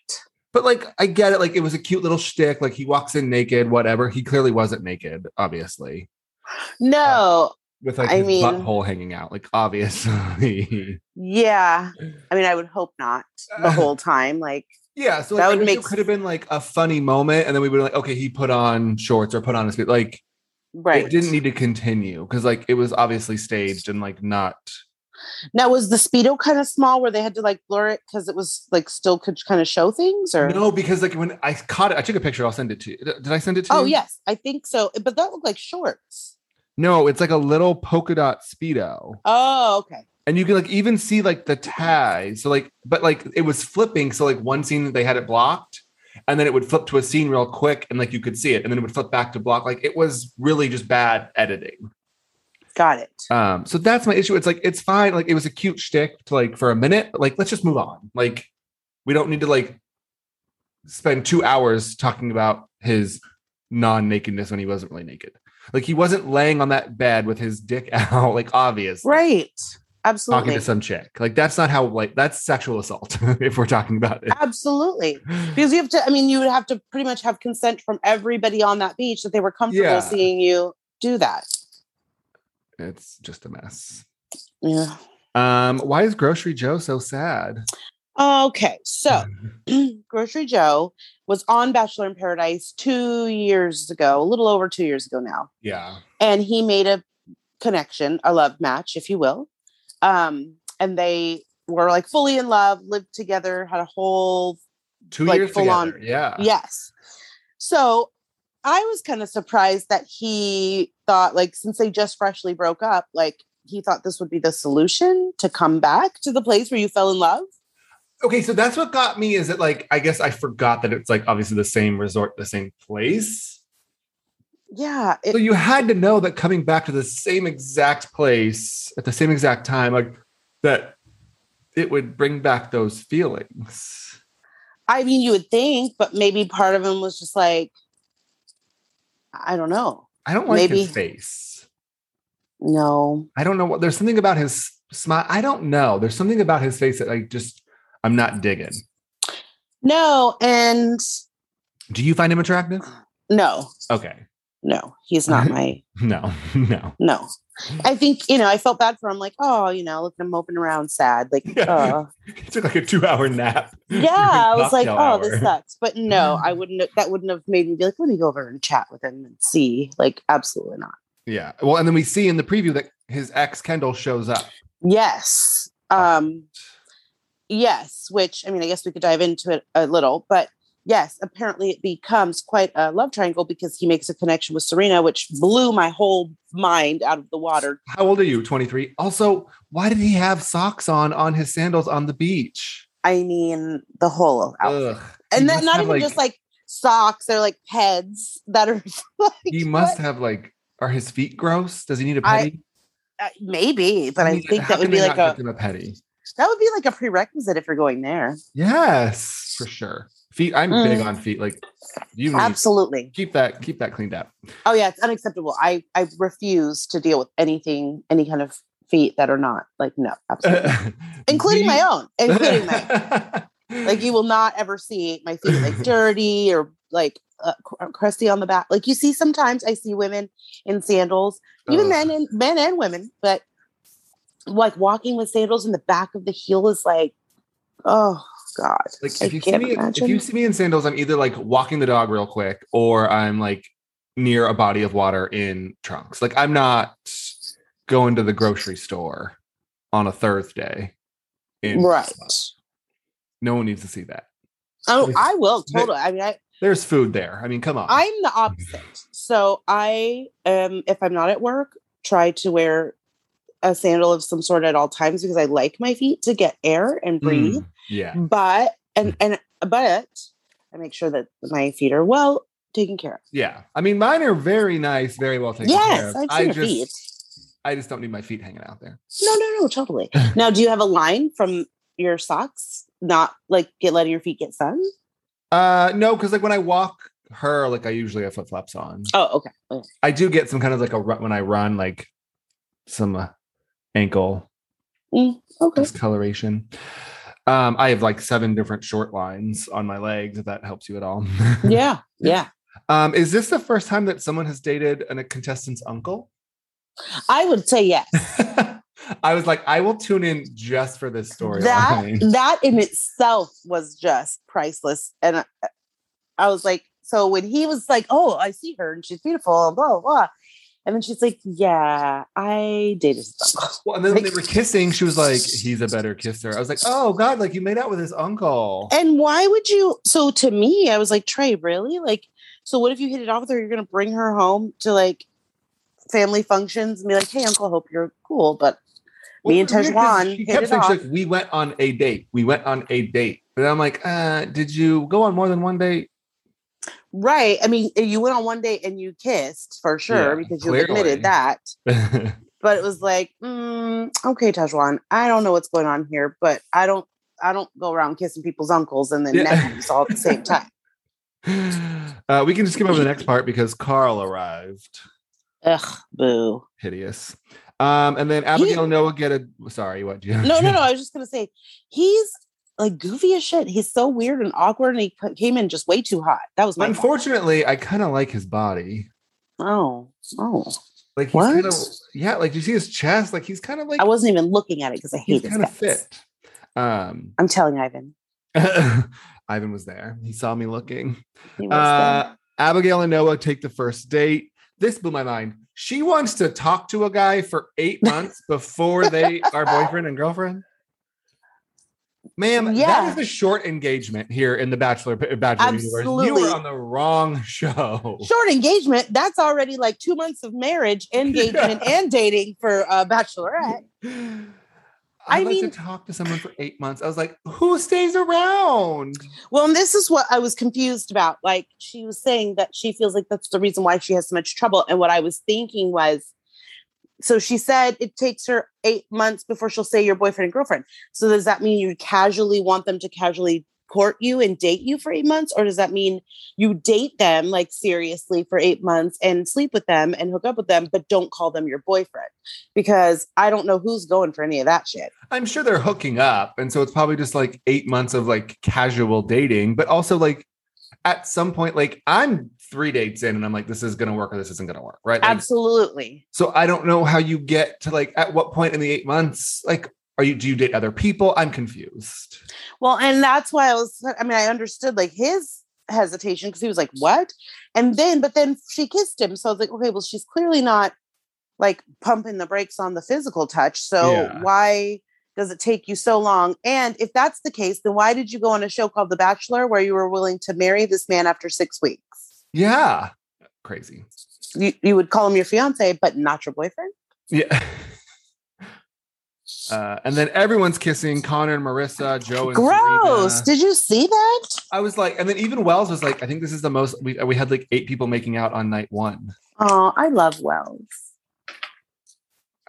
[SPEAKER 1] But like, I get it. Like, it was a cute little shtick. Like, he walks in naked, whatever. He clearly wasn't naked, obviously, Oh.
[SPEAKER 2] No.
[SPEAKER 1] with like
[SPEAKER 2] I
[SPEAKER 1] his
[SPEAKER 2] mean-
[SPEAKER 1] butthole hanging out. Like, obviously, <laughs> <sighs>
[SPEAKER 2] Yeah. I mean, I would hope not the whole time. Like,
[SPEAKER 1] yeah. So
[SPEAKER 2] That
[SPEAKER 1] like,
[SPEAKER 2] would
[SPEAKER 1] I wish
[SPEAKER 2] make
[SPEAKER 1] it could have been like a funny moment, and then we would like, okay, he put on shorts or put on a speed. Like,
[SPEAKER 2] right.
[SPEAKER 1] it didn't e need to continue because like it was obviously staged and like not.
[SPEAKER 2] Now, was the speedo kind of small where they had to like blur it because it was like still could kind of show things? Or
[SPEAKER 1] No, because like when I caught it, I took a picture. I'll send it to you. Did I send it to you?
[SPEAKER 2] oh yes, I think so. But that looked like shorts.
[SPEAKER 1] No, it's like a little polka dot speedo.
[SPEAKER 2] Oh, okay.
[SPEAKER 1] and you can like even see like the tie so like but like it was flipping so like one scene they had it blocked and then it would flip to a scene real quick and like you could see it and then it would flip back to block like it was really just bad editing
[SPEAKER 2] Got it.
[SPEAKER 1] um so that's my issue it's like it's fine like it was a cute shtick to like for a minute but like let's just move on like we don't need to like spend two hours talking about his non-nakedness when he wasn't really naked like he wasn't laying on that bed with his dick <laughs> out like obviously
[SPEAKER 2] Right.
[SPEAKER 1] talking
[SPEAKER 2] Absolutely.
[SPEAKER 1] to some chick. Like that's not how like that's sexual assault <laughs> if we're talking about it. <sighs>
[SPEAKER 2] Absolutely. Because you have to, I mean, you would have to pretty much have consent from everybody on that beach that they were comfortable
[SPEAKER 1] Yeah.
[SPEAKER 2] seeing you do that.
[SPEAKER 1] It's just a mess.
[SPEAKER 2] Yeah.
[SPEAKER 1] Um, why is Grocery Joe so sad?
[SPEAKER 2] Okay. So Grocery Joe was on Bachelor in Paradise two years ago, a little over two years ago now.
[SPEAKER 1] <laughs> Yeah.
[SPEAKER 2] and he made a connection, a love match, if you will. Um, and they were like fully in love, lived together, had a whole
[SPEAKER 1] Two
[SPEAKER 2] Like,
[SPEAKER 1] years
[SPEAKER 2] full
[SPEAKER 1] together.
[SPEAKER 2] on-
[SPEAKER 1] Yeah.
[SPEAKER 2] yes. So I was kind of surprised that he thought, like, since they just freshly broke up, like he thought this would be the solution to come back to the place where you fell in love.
[SPEAKER 1] Okay, so that's what got me is that like I guess I forgot that it's like obviously the same resort, the same place.
[SPEAKER 2] Yeah.
[SPEAKER 1] So
[SPEAKER 2] It,
[SPEAKER 1] you had to know that coming back to the same exact place at the same exact time, like that it would bring back those feelings.
[SPEAKER 2] I mean, you would think, but maybe part of him was just like, I don't know.
[SPEAKER 1] I don't like his
[SPEAKER 2] Maybe.
[SPEAKER 1] face.
[SPEAKER 2] No.
[SPEAKER 1] I don't know what there's something about his smile. I don't know. There's something about his face that I just I'm not digging.
[SPEAKER 2] No. And
[SPEAKER 1] Do you find him attractive?
[SPEAKER 2] no.
[SPEAKER 1] Okay. <laughs>
[SPEAKER 2] no, he's
[SPEAKER 1] Mm-hmm.
[SPEAKER 2] not my
[SPEAKER 1] No, <laughs> no.
[SPEAKER 2] no. I think you know, I felt bad for him, like, oh, you know, look at him moping around sad. Like,
[SPEAKER 1] <laughs> Yeah.
[SPEAKER 2] uh.
[SPEAKER 1] He took like a two hour nap. <laughs>
[SPEAKER 2] yeah, I was like,
[SPEAKER 1] Cocktail
[SPEAKER 2] oh, this
[SPEAKER 1] hour. Mm-hmm.
[SPEAKER 2] sucks. But no, I wouldn't have- that wouldn't have made me be like, let me go over and chat with him and see. Like, absolutely not.
[SPEAKER 1] Yeah. Well, and then we see in the preview that his ex Kendall shows up.
[SPEAKER 2] Yes. Um yes, which I mean, I guess we could dive into it a little, but yes, apparently it becomes quite a love triangle because he makes a connection with Serena, which blew my whole mind out of the water.
[SPEAKER 1] How old are you? 23. Also, why did he have socks on on his sandals on the beach?
[SPEAKER 2] I mean, the whole outfit.
[SPEAKER 1] Ugh. He
[SPEAKER 2] And
[SPEAKER 1] must
[SPEAKER 2] then not
[SPEAKER 1] have,
[SPEAKER 2] even just like socks, they're like heads that are <laughs> like,
[SPEAKER 1] he must
[SPEAKER 2] what?
[SPEAKER 1] have like are his feet gross? Does he need a
[SPEAKER 2] I-
[SPEAKER 1] petty?
[SPEAKER 2] Uh, maybe, but I,
[SPEAKER 1] mean,
[SPEAKER 2] think
[SPEAKER 1] how
[SPEAKER 2] that would
[SPEAKER 1] can
[SPEAKER 2] be
[SPEAKER 1] they
[SPEAKER 2] like
[SPEAKER 1] not
[SPEAKER 2] a
[SPEAKER 1] give him a petty.
[SPEAKER 2] that would be like a prerequisite if you're going there.
[SPEAKER 1] Yes, for sure. Feet. I'm big
[SPEAKER 2] Mm.
[SPEAKER 1] on feet. Like you need
[SPEAKER 2] Absolutely.
[SPEAKER 1] keep that keep that cleaned up.
[SPEAKER 2] Oh yeah, it's unacceptable. I I refuse to deal with anything, any kind of feet that are not like no, absolutely.
[SPEAKER 1] <laughs>
[SPEAKER 2] <laughs> including my own, including my own.
[SPEAKER 1] own. <laughs>
[SPEAKER 2] like you will not ever see my feet like dirty or like uh, cr- crusty on the back. Like you see sometimes I see women in sandals, even
[SPEAKER 1] Ugh.
[SPEAKER 2] men and men and women, but like walking with sandals and the back of the heel is like, oh god,
[SPEAKER 1] like
[SPEAKER 2] I
[SPEAKER 1] if you see
[SPEAKER 2] can't
[SPEAKER 1] me if you
[SPEAKER 2] imagine.
[SPEAKER 1] see me in sandals, I'm either like walking the dog real quick or I'm like near a body of water in trunks. Like I'm not going to the grocery store on a Thursday. in-
[SPEAKER 2] right?
[SPEAKER 1] No one needs to see that.
[SPEAKER 2] Oh, I will
[SPEAKER 1] They-
[SPEAKER 2] totally. I mean, I,
[SPEAKER 1] There's food there. I mean, come on.
[SPEAKER 2] I'm the opposite. So I um if I'm not at work, try to wear a sandal of some sort at all times because I like my feet to get air and breathe.
[SPEAKER 1] Mm, yeah.
[SPEAKER 2] But and and but I make sure that my feet are well taken care of.
[SPEAKER 1] Yeah. I mean, mine are very nice, very well taken care
[SPEAKER 2] yes,
[SPEAKER 1] of.
[SPEAKER 2] I've
[SPEAKER 1] I
[SPEAKER 2] seen your
[SPEAKER 1] just
[SPEAKER 2] feet.
[SPEAKER 1] I just don't need my feet hanging out there.
[SPEAKER 2] No, no, no, totally. now, do you have a line from your socks? Not like get letting your feet get sun.
[SPEAKER 1] Uh no, because like when I walk her, like I usually have flip flops on.
[SPEAKER 2] Oh, okay. okay.
[SPEAKER 1] I do get some kind of like a run when I run, like some uh, ankle <laughs>
[SPEAKER 2] Okay.
[SPEAKER 1] discoloration. Um, I have like seven different short lines on my legs. If that helps you at all, <laughs>
[SPEAKER 2] Yeah. Yeah.
[SPEAKER 1] Um, is this the first time that someone has dated an, a contestant's uncle? <laughs>
[SPEAKER 2] I would say yes.
[SPEAKER 1] I was like, I will tune in just for this story.
[SPEAKER 2] that that in itself was just priceless and I, I was like so when he was like oh i see her and she's beautiful and blah blah, blah. and then she's like yeah i dated his uncle
[SPEAKER 1] <laughs> Well, and then when they were kissing, she was like, "He's a better kisser." I was like, "Oh God!" Like you made out with his uncle.
[SPEAKER 2] and why would you so to me i was like trey really like so what if you hit it off with her you're gonna bring her home to like family functions and be like hey uncle hope you're cool but me and
[SPEAKER 1] Well, it was weird 'cause
[SPEAKER 2] Tejwan
[SPEAKER 1] She
[SPEAKER 2] hit
[SPEAKER 1] kept
[SPEAKER 2] it
[SPEAKER 1] saying, she's
[SPEAKER 2] off.
[SPEAKER 1] like, we went on a date. We went on a date. And I'm like, uh, did you go on more than one date? <laughs>
[SPEAKER 2] right i mean you went on one date and you kissed for sure
[SPEAKER 1] Yeah,
[SPEAKER 2] because you
[SPEAKER 1] clearly.
[SPEAKER 2] admitted that
[SPEAKER 1] yeah.
[SPEAKER 2] but it was like, mm, okay, Tajwan, I don't know what's going on here, but I don't, I don't go around kissing people's uncles and then
[SPEAKER 1] Yeah. <laughs>
[SPEAKER 2] nephews all at the same time.
[SPEAKER 1] Uh, we can just skip over the next part because Carl arrived.
[SPEAKER 2] Ugh, boo.
[SPEAKER 1] Hideous. Um, and then Abigail Noah get a sorry, what do you
[SPEAKER 2] No,
[SPEAKER 1] <laughs>
[SPEAKER 2] no, no. I was just gonna say, he's like goofy as shit. He's so weird and awkward, and he c- came in just way too hot. That was my fault.
[SPEAKER 1] Unfortunately, I kind of like his body.
[SPEAKER 2] Oh, oh.
[SPEAKER 1] Like he's
[SPEAKER 2] What?
[SPEAKER 1] kind of yeah, like you see his chest, like he's kind of like
[SPEAKER 2] I wasn't even looking at it because I hate
[SPEAKER 1] he's
[SPEAKER 2] this
[SPEAKER 1] kind
[SPEAKER 2] guy.
[SPEAKER 1] of fit. Um <laughs>
[SPEAKER 2] I'm telling Ivan.
[SPEAKER 1] Ivan was there. He saw me looking.
[SPEAKER 2] He was
[SPEAKER 1] Uh, Abigail and Noah take the first date. This blew my mind. She wants to talk to a guy for
[SPEAKER 2] <laughs>
[SPEAKER 1] eight months before they are boyfriend and girlfriend. Ma'am,
[SPEAKER 2] Yeah.
[SPEAKER 1] that is a short engagement here in the Bachelor uh, Bachelor universe. You
[SPEAKER 2] Absolutely.
[SPEAKER 1] were on the wrong show.
[SPEAKER 2] there. Short engagement. That's already like two months of marriage,
[SPEAKER 1] <laughs>
[SPEAKER 2] engagement, and dating for a bachelorette.
[SPEAKER 1] I'd
[SPEAKER 2] I
[SPEAKER 1] like
[SPEAKER 2] mean-
[SPEAKER 1] to talk to someone for eight months. I was like, who stays around?
[SPEAKER 2] Well, and this is what I was confused about. Like she was saying that she feels like that's the reason why she has so much trouble. And what I was thinking was, so she said it takes her eight months before she'll say your boyfriend and girlfriend. So does that mean you casually want them to casually court you and date you for eight months? Or does that mean you date them like seriously for eight months and sleep with them and hook up with them, but don't call them your boyfriend? Because I don't know who's going for any of that shit.
[SPEAKER 1] I'm sure they're hooking up. And so it's probably just like eight months of like casual dating, but also like at some point, like I'm three dates in and I'm like, this is going to work or this isn't going to work. Right. Like,
[SPEAKER 2] Absolutely.
[SPEAKER 1] so I don't know how you get to like at what point in the eight months, like, are you, do you date other people? I'm confused.
[SPEAKER 2] Well, and that's why I was, I mean, I understood like his hesitation because he was like, what? And then, but then she kissed him. So I was like, okay, well, she's clearly not like pumping the brakes on the physical touch. So
[SPEAKER 1] Yeah.
[SPEAKER 2] why does it take you so long? And if that's the case, then why did you go on a show called The Bachelor where you were willing to marry this man after six weeks?
[SPEAKER 1] Yeah. Crazy.
[SPEAKER 2] You, you would call him your fiance, but not your boyfriend?
[SPEAKER 1] Yeah. <laughs> Uh, and then everyone's kissing Connor and Marissa, Joe and
[SPEAKER 2] Gross.
[SPEAKER 1] Serena.
[SPEAKER 2] Did you see that?
[SPEAKER 1] I was like, and then even Wells was like, I think this is the most we we had like eight people making out on night one.
[SPEAKER 2] Oh, I love Wells.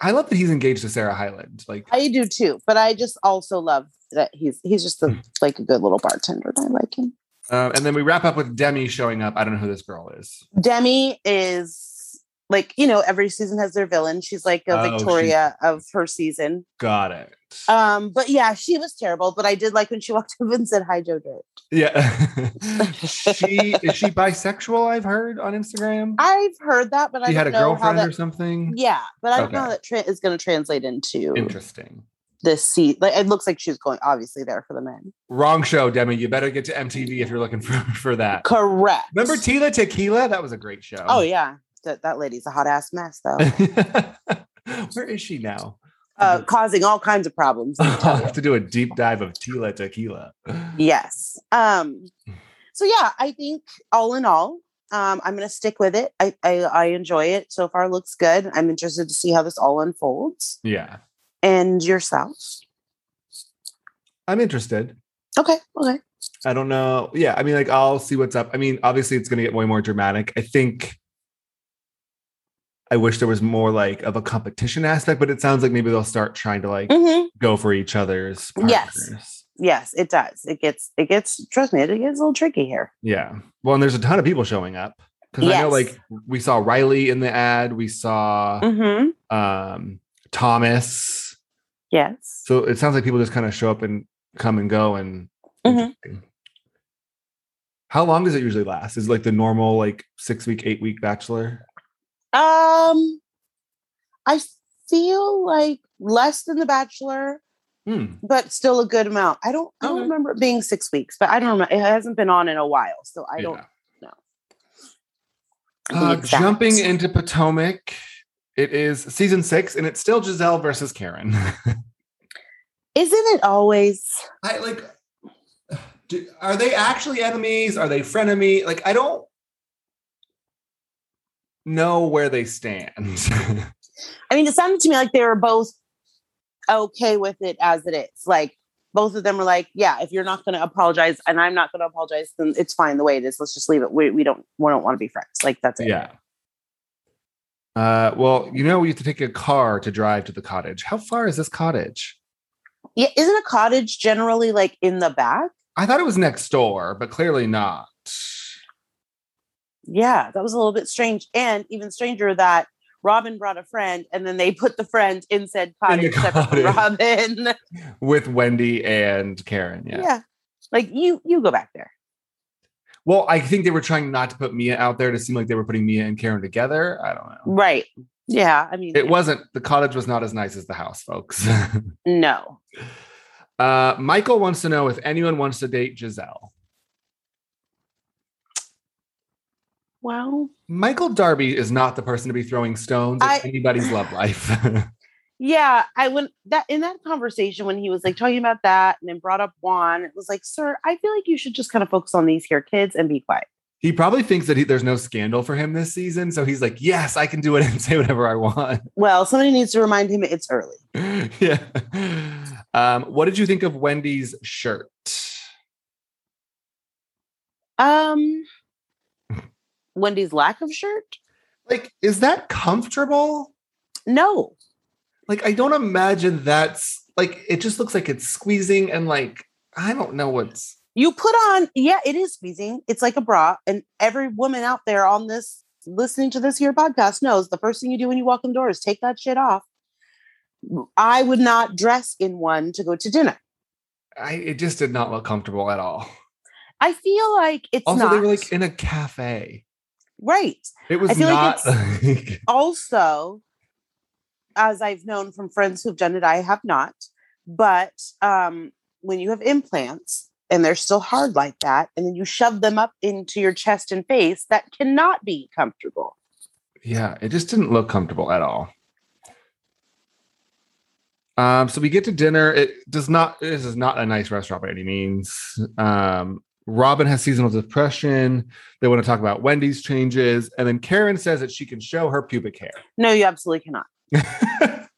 [SPEAKER 1] I love that he's engaged to Sarah Hyland. Like,
[SPEAKER 2] I do too, but I just also love that he's he's just
[SPEAKER 1] Hmm.
[SPEAKER 2] a, like a good little bartender. and I like him.
[SPEAKER 1] um, and then we wrap up with Demi showing up. I don't know who this girl is.
[SPEAKER 2] Demi is like you know every season has their villain. She's like a
[SPEAKER 1] Oh, she-
[SPEAKER 2] Victoria of her season.
[SPEAKER 1] Got it.
[SPEAKER 2] Um, but yeah, she was terrible. But I did like when she <laughs> walked up and said hi, Joe Dirt.
[SPEAKER 1] yeah, <laughs> she is she bisexual? I've heard on Instagram.
[SPEAKER 2] I've heard that, but I
[SPEAKER 1] she
[SPEAKER 2] don't
[SPEAKER 1] had a
[SPEAKER 2] know how
[SPEAKER 1] girlfriend
[SPEAKER 2] that.
[SPEAKER 1] or something.
[SPEAKER 2] Yeah, but I don't
[SPEAKER 1] Okay.
[SPEAKER 2] know how that tra- is going to translate into
[SPEAKER 1] Interesting.
[SPEAKER 2] this seat. Like it looks like she's going obviously there for the men.
[SPEAKER 1] Wrong show, Demi. You better get to MTV if you're looking for for that.
[SPEAKER 2] Correct.
[SPEAKER 1] Remember Tila Tequila? That was a great show.
[SPEAKER 2] oh yeah, that that lady's a hot ass mess though,
[SPEAKER 1] <laughs> Where is she now?
[SPEAKER 2] uh, causing all kinds of problems. let me
[SPEAKER 1] I'll
[SPEAKER 2] tell you.
[SPEAKER 1] <laughs> have to do a deep dive of Tila Tequila.
[SPEAKER 2] Yes. Um, so yeah, I think all in all, um, I'm gonna stick with it. I, I I enjoy it so far. Looks good. I'm interested to see how this all unfolds.
[SPEAKER 1] Yeah,
[SPEAKER 2] And yourself.
[SPEAKER 1] I'm interested.
[SPEAKER 2] Okay. Okay.
[SPEAKER 1] I don't know. Yeah, I mean, like I'll see what's up. I mean, obviously, it's going to get way more dramatic. I think. I wish there was more like of a competition aspect, but it sounds like maybe they'll start trying to like
[SPEAKER 2] hmm
[SPEAKER 1] go for each other's.
[SPEAKER 2] Yes.
[SPEAKER 1] partners.
[SPEAKER 2] Yes, it does. It gets it gets. Trust me, it gets a little tricky here.
[SPEAKER 1] Yeah. Well, and there's a ton of people showing up because I know
[SPEAKER 2] Yes.
[SPEAKER 1] like we saw Riley in the ad, we saw
[SPEAKER 2] Mm-hmm.
[SPEAKER 1] um Thomas.
[SPEAKER 2] Yes.
[SPEAKER 1] So it sounds like people just kind of show up and come and go. And
[SPEAKER 2] Mhm.
[SPEAKER 1] Interesting. how long does it usually last? Is it like the normal like six week, eight week bachelor?
[SPEAKER 2] Um, I feel like less than The Bachelor,
[SPEAKER 1] Hmm.
[SPEAKER 2] but still a good amount. I don't. I don't
[SPEAKER 3] Okay.
[SPEAKER 2] remember it being six weeks, but I don't remember. It hasn't been on in a while, so I don't
[SPEAKER 1] Yeah.
[SPEAKER 2] know.
[SPEAKER 1] Uh,
[SPEAKER 2] The exact-
[SPEAKER 1] jumping into Potomac, it is season six, and it's still Giselle versus Karen. <laughs>
[SPEAKER 2] Isn't it always?
[SPEAKER 1] I like. <sighs> Do, are they actually enemies? Are they frenemy? Like I don't know where they stand. <laughs>
[SPEAKER 2] I mean, it sounded to me like they were both okay with it as it is. Like both of them were like, "Yeah, if you're not going to apologize, and I'm not going to apologize, then it's fine the way it is. Let's just leave it. We, we don't we don't want to be friends. Like that's it.
[SPEAKER 1] yeah. Uh, well, you know, we used to take a car to drive to the cottage. How far is this cottage?
[SPEAKER 2] Yeah. Isn't a cottage generally like in the back?
[SPEAKER 1] I thought it was next door, but clearly not.
[SPEAKER 2] Yeah, that was a little bit strange, and even stranger that. Robin brought a friend, and then they put the friend in said
[SPEAKER 1] In
[SPEAKER 2] cottage,
[SPEAKER 1] the
[SPEAKER 2] separate from
[SPEAKER 1] cottage.
[SPEAKER 2] Robin. <laughs>
[SPEAKER 1] With Wendy and Karen.
[SPEAKER 2] yeah.
[SPEAKER 1] Yeah.
[SPEAKER 2] like you, you go back there.
[SPEAKER 1] Well, I think they were trying not to put Mia out there to seem like they were putting Mia and Karen together. I don't know.
[SPEAKER 2] Right. Yeah. I mean,
[SPEAKER 1] It wasn't, the cottage was not as nice as the house, folks. <laughs>
[SPEAKER 2] no.
[SPEAKER 1] uh, Michael wants to know if anyone wants to date Giselle.
[SPEAKER 2] Well,
[SPEAKER 1] Michael Darby is not the person to be throwing stones at
[SPEAKER 2] I-
[SPEAKER 1] anybody's love life. <laughs>
[SPEAKER 2] yeah. I when that in that conversation when he was like talking about that and then brought up Juan, it was like, sir, I feel like you should just kind of focus on these here kids and be quiet.
[SPEAKER 1] he probably thinks that he, there's no scandal for him this season. So he's like, yes, I can do it <laughs> and say whatever I want. <laughs>
[SPEAKER 2] Well, somebody needs to remind him it's early.
[SPEAKER 1] yeah. Um, what did you think of Wendy's shirt? <laughs>
[SPEAKER 2] Um, Wendy's lack of shirt.
[SPEAKER 1] Like, is that comfortable?
[SPEAKER 2] No,
[SPEAKER 1] like I don't imagine that's like it just looks like it's squeezing and like I don't know what's
[SPEAKER 2] you put on. Yeah, it is squeezing. It's like a bra, and every woman out there on this listening to this here podcast knows the first thing you do when you walk in the door is take that shit off. I would not dress in one to go to dinner.
[SPEAKER 1] I it just did not look comfortable at all.
[SPEAKER 2] I feel like it's
[SPEAKER 1] also,
[SPEAKER 2] not
[SPEAKER 1] they were like in a cafe.
[SPEAKER 2] right.
[SPEAKER 1] It was
[SPEAKER 2] I feel like
[SPEAKER 1] not <laughs> like
[SPEAKER 2] Also, as I've known from friends who've done it, I have not. But um, when you have implants and they're still hard like that, and then you shove them up into your chest and face, that cannot be comfortable.
[SPEAKER 1] yeah, it just didn't look comfortable at all. Um, so we get to dinner. It does not. This is not a nice restaurant by any means. Um, Robin has seasonal depression. They want to talk about Wendy's changes, and then Karen says that she can show her pubic
[SPEAKER 2] No, you absolutely cannot.
[SPEAKER 1] hair.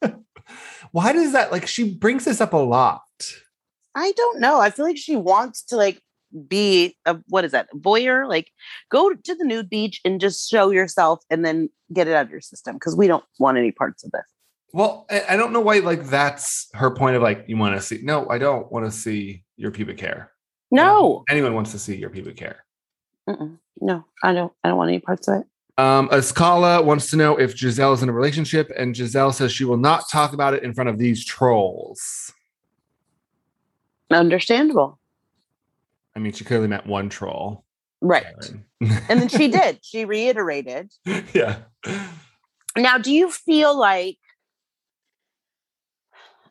[SPEAKER 1] <laughs> Why does that? Like she brings this up a lot.
[SPEAKER 2] I don't know. I feel like she wants to like be a what is that a voyeur? Like go to the nude beach and just show yourself, and then get it out of your system because we don't want any parts of this.
[SPEAKER 1] Well, I, I don't know why. Like that's her point of like you want to see. No, I don't want to see your pubic hair.
[SPEAKER 2] No,
[SPEAKER 1] Anyone wants to see your pubic hair.
[SPEAKER 2] Mm-mm. no, I don't. I don't want any parts of it.
[SPEAKER 1] Um, Ascala wants to know if Giselle is in a relationship, and Giselle says she will not talk about it in front of these trolls.
[SPEAKER 2] Understandable,
[SPEAKER 1] I mean, she clearly meant one troll.
[SPEAKER 2] right? And then <laughs> she did. She reiterated.
[SPEAKER 1] <laughs> yeah.
[SPEAKER 2] Now, do you feel like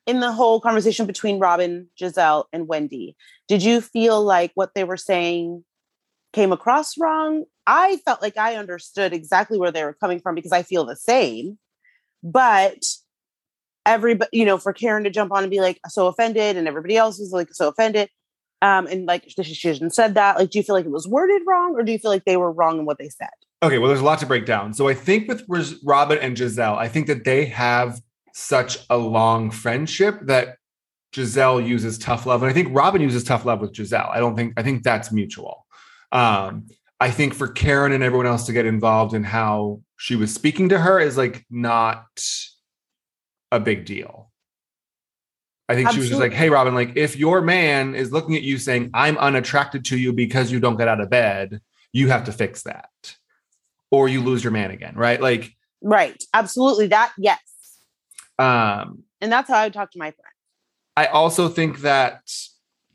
[SPEAKER 2] in the whole conversation between Robin, Giselle, and Wendy, did you feel like what they were saying came across wrong? I felt like I understood exactly where they were coming from because I feel the same. But everybody, you know, for Karen to jump on and be like so offended, and everybody else was like so offended. Um, and like she she shouldn't have said that. Like, do you feel like it was worded wrong, or do you feel like they were wrong in what they said?
[SPEAKER 1] Okay. Well, there's a lot to break down. So I think with Ros- Robin and Giselle, I think that they have such a long friendship that Giselle uses tough love, and I think Robin uses tough love with Giselle. I don't think I think that's mutual. Um, I think for Karen and everyone else to get involved in how she was speaking to her is like not a big deal. I think she was just
[SPEAKER 2] Absolutely.
[SPEAKER 1] like, "Hey, Robin, like if your man is looking at you saying I'm unattracted to you because you don't get out of bed, you have to fix that, or you lose your man again, right?" Like,
[SPEAKER 2] Right. Absolutely. That yes.
[SPEAKER 1] um,
[SPEAKER 2] And that's how I would talk to my friend.
[SPEAKER 1] I also think that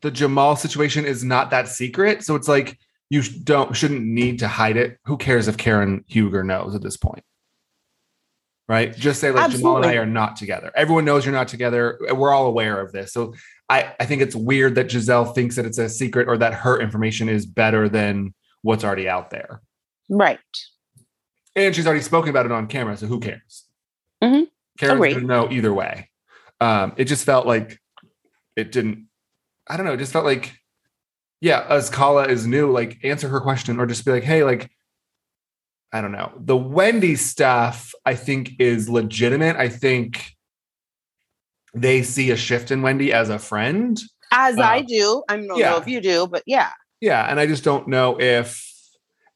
[SPEAKER 1] the Jamal situation is not that secret. So it's like you sh- don't shouldn't need to hide it. Who cares if Karen Huger knows at this point? Right? Just say like Jamal and I
[SPEAKER 2] Absolutely.
[SPEAKER 1] are not together. Everyone knows you're not together. We're all aware of this. So I, I think it's weird that Giselle thinks that it's a secret or that her information is better than what's already out there.
[SPEAKER 2] Right.
[SPEAKER 1] And she's already spoken about it on camera, so who cares?
[SPEAKER 2] Mhm.
[SPEAKER 1] Karen's
[SPEAKER 2] Agreed.
[SPEAKER 1] gonna know either way. Um, it just felt like it didn't. I don't know. It just felt like, yeah, as Kala is new, like answer her question or just be like, hey, like, I don't know. The Wendy stuff, I think, is legitimate. I think they see a shift in Wendy as a friend.
[SPEAKER 2] As
[SPEAKER 1] Uh,
[SPEAKER 2] I do. I don't
[SPEAKER 1] yeah.
[SPEAKER 2] know if you do, but yeah.
[SPEAKER 1] Yeah, and I just don't know if,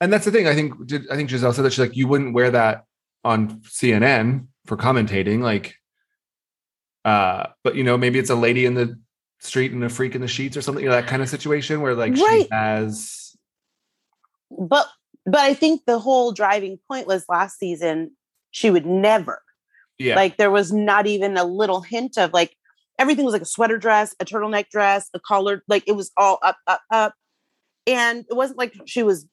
[SPEAKER 1] and that's the thing. I think did- I think Giselle said that she's like, you wouldn't wear that on CNN for commentating, like, uh, but you know, maybe it's a lady in the street and a freak in the sheets or something, you know, that kind of situation where like
[SPEAKER 2] Right.
[SPEAKER 1] she has,
[SPEAKER 2] But but I think the whole driving point was last season she would never.
[SPEAKER 1] yeah,
[SPEAKER 2] Like there was not even a little hint of like everything was like a sweater dress, a turtleneck dress, a collared, like it was all up, up, up. And it wasn't like she was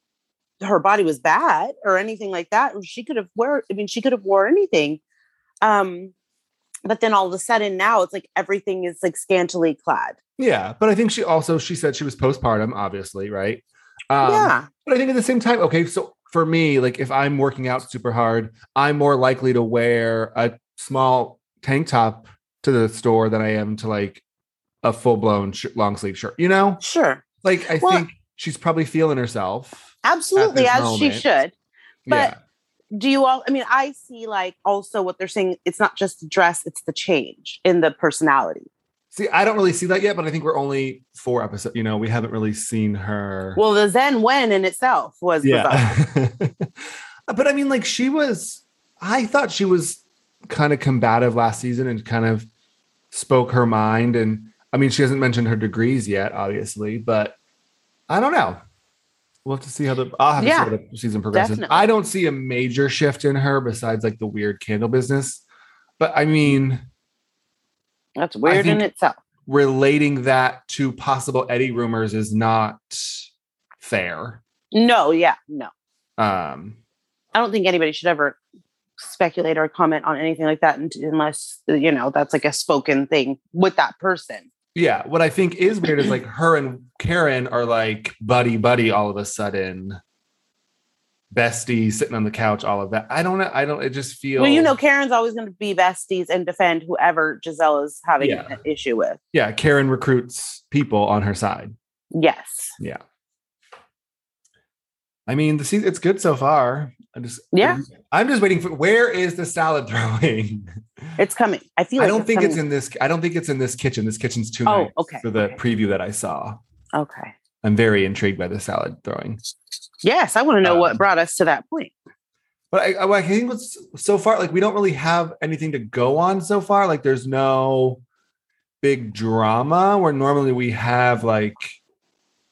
[SPEAKER 2] her body was bad or anything like that. She could have wear, I mean, she could have wore anything. Um, but then all of a sudden now it's like everything is like scantily clad.
[SPEAKER 1] yeah. But I think she also she said she was postpartum, obviously, right? Um,
[SPEAKER 2] yeah.
[SPEAKER 1] But I think at the same time, okay, so for me, like if I'm working out super hard, I'm more likely to wear a small tank top to the store than I am to like a full blown sh- long sleeve shirt. You know,
[SPEAKER 2] Sure.
[SPEAKER 1] like I
[SPEAKER 2] Well-
[SPEAKER 1] think she's probably feeling herself.
[SPEAKER 2] Absolutely,
[SPEAKER 1] this
[SPEAKER 2] as she
[SPEAKER 1] moment.
[SPEAKER 2] should.
[SPEAKER 1] yeah,
[SPEAKER 2] But- Do you all I mean I see like also what they're saying it's not just the dress, it's the change in the personality.
[SPEAKER 1] see, I don't really see that yet, but I think we're only four episodes. You know, we haven't really seen her.
[SPEAKER 2] Well, the Zen when in itself
[SPEAKER 1] <laughs>
[SPEAKER 2] was bizarre.
[SPEAKER 1] yeah.
[SPEAKER 2] <laughs>
[SPEAKER 1] Uh, but I mean, like she was, I thought she was kind of combative last season and kind of spoke her mind. And I mean, she hasn't mentioned her degrees yet, obviously, but I don't know. We'll have to see how the I'll have
[SPEAKER 2] Yeah.
[SPEAKER 1] to see how the season progresses.
[SPEAKER 2] Definitely.
[SPEAKER 1] I don't see a major shift in her besides like the weird candle business. But I mean,
[SPEAKER 2] That's weird in
[SPEAKER 1] think-
[SPEAKER 2] itself.
[SPEAKER 1] relating that to possible Eddie rumors is not fair.
[SPEAKER 2] No, yeah, no.
[SPEAKER 1] Um,
[SPEAKER 2] I don't think anybody should ever speculate or comment on anything like that unt- unless uh, you know that's like a spoken thing with that person.
[SPEAKER 1] Yeah, what I think is weird
[SPEAKER 2] <laughs>
[SPEAKER 1] is like her and Karen are like buddy buddy all of a sudden. bestie sitting on the couch, all of that. I don't know. I don't, it just feels.
[SPEAKER 2] Well, you know, Karen's always going to be besties and defend whoever Giselle is having
[SPEAKER 1] Yeah.
[SPEAKER 2] an issue with.
[SPEAKER 1] yeah, Karen recruits people on her side.
[SPEAKER 2] Yes.
[SPEAKER 1] I mean, the season, it's good so far. I just,
[SPEAKER 2] Yeah.
[SPEAKER 1] I'm just waiting for where is the salad <laughs> throwing?
[SPEAKER 2] It's coming. I feel
[SPEAKER 1] I
[SPEAKER 2] like
[SPEAKER 1] don't think it's
[SPEAKER 2] coming.
[SPEAKER 1] in this. I don't think it's in this kitchen. This kitchen's too
[SPEAKER 2] Oh,
[SPEAKER 1] nice
[SPEAKER 2] okay,
[SPEAKER 1] for the
[SPEAKER 2] okay.
[SPEAKER 1] preview that I saw.
[SPEAKER 2] Okay.
[SPEAKER 1] I'm very intrigued by the salad throwing.
[SPEAKER 2] Yes. I want to know
[SPEAKER 1] Uh,
[SPEAKER 2] what brought us to that point.
[SPEAKER 1] But I, I I think what's so far, like we don't really have anything to go on so far. Like there's no big drama where normally we have like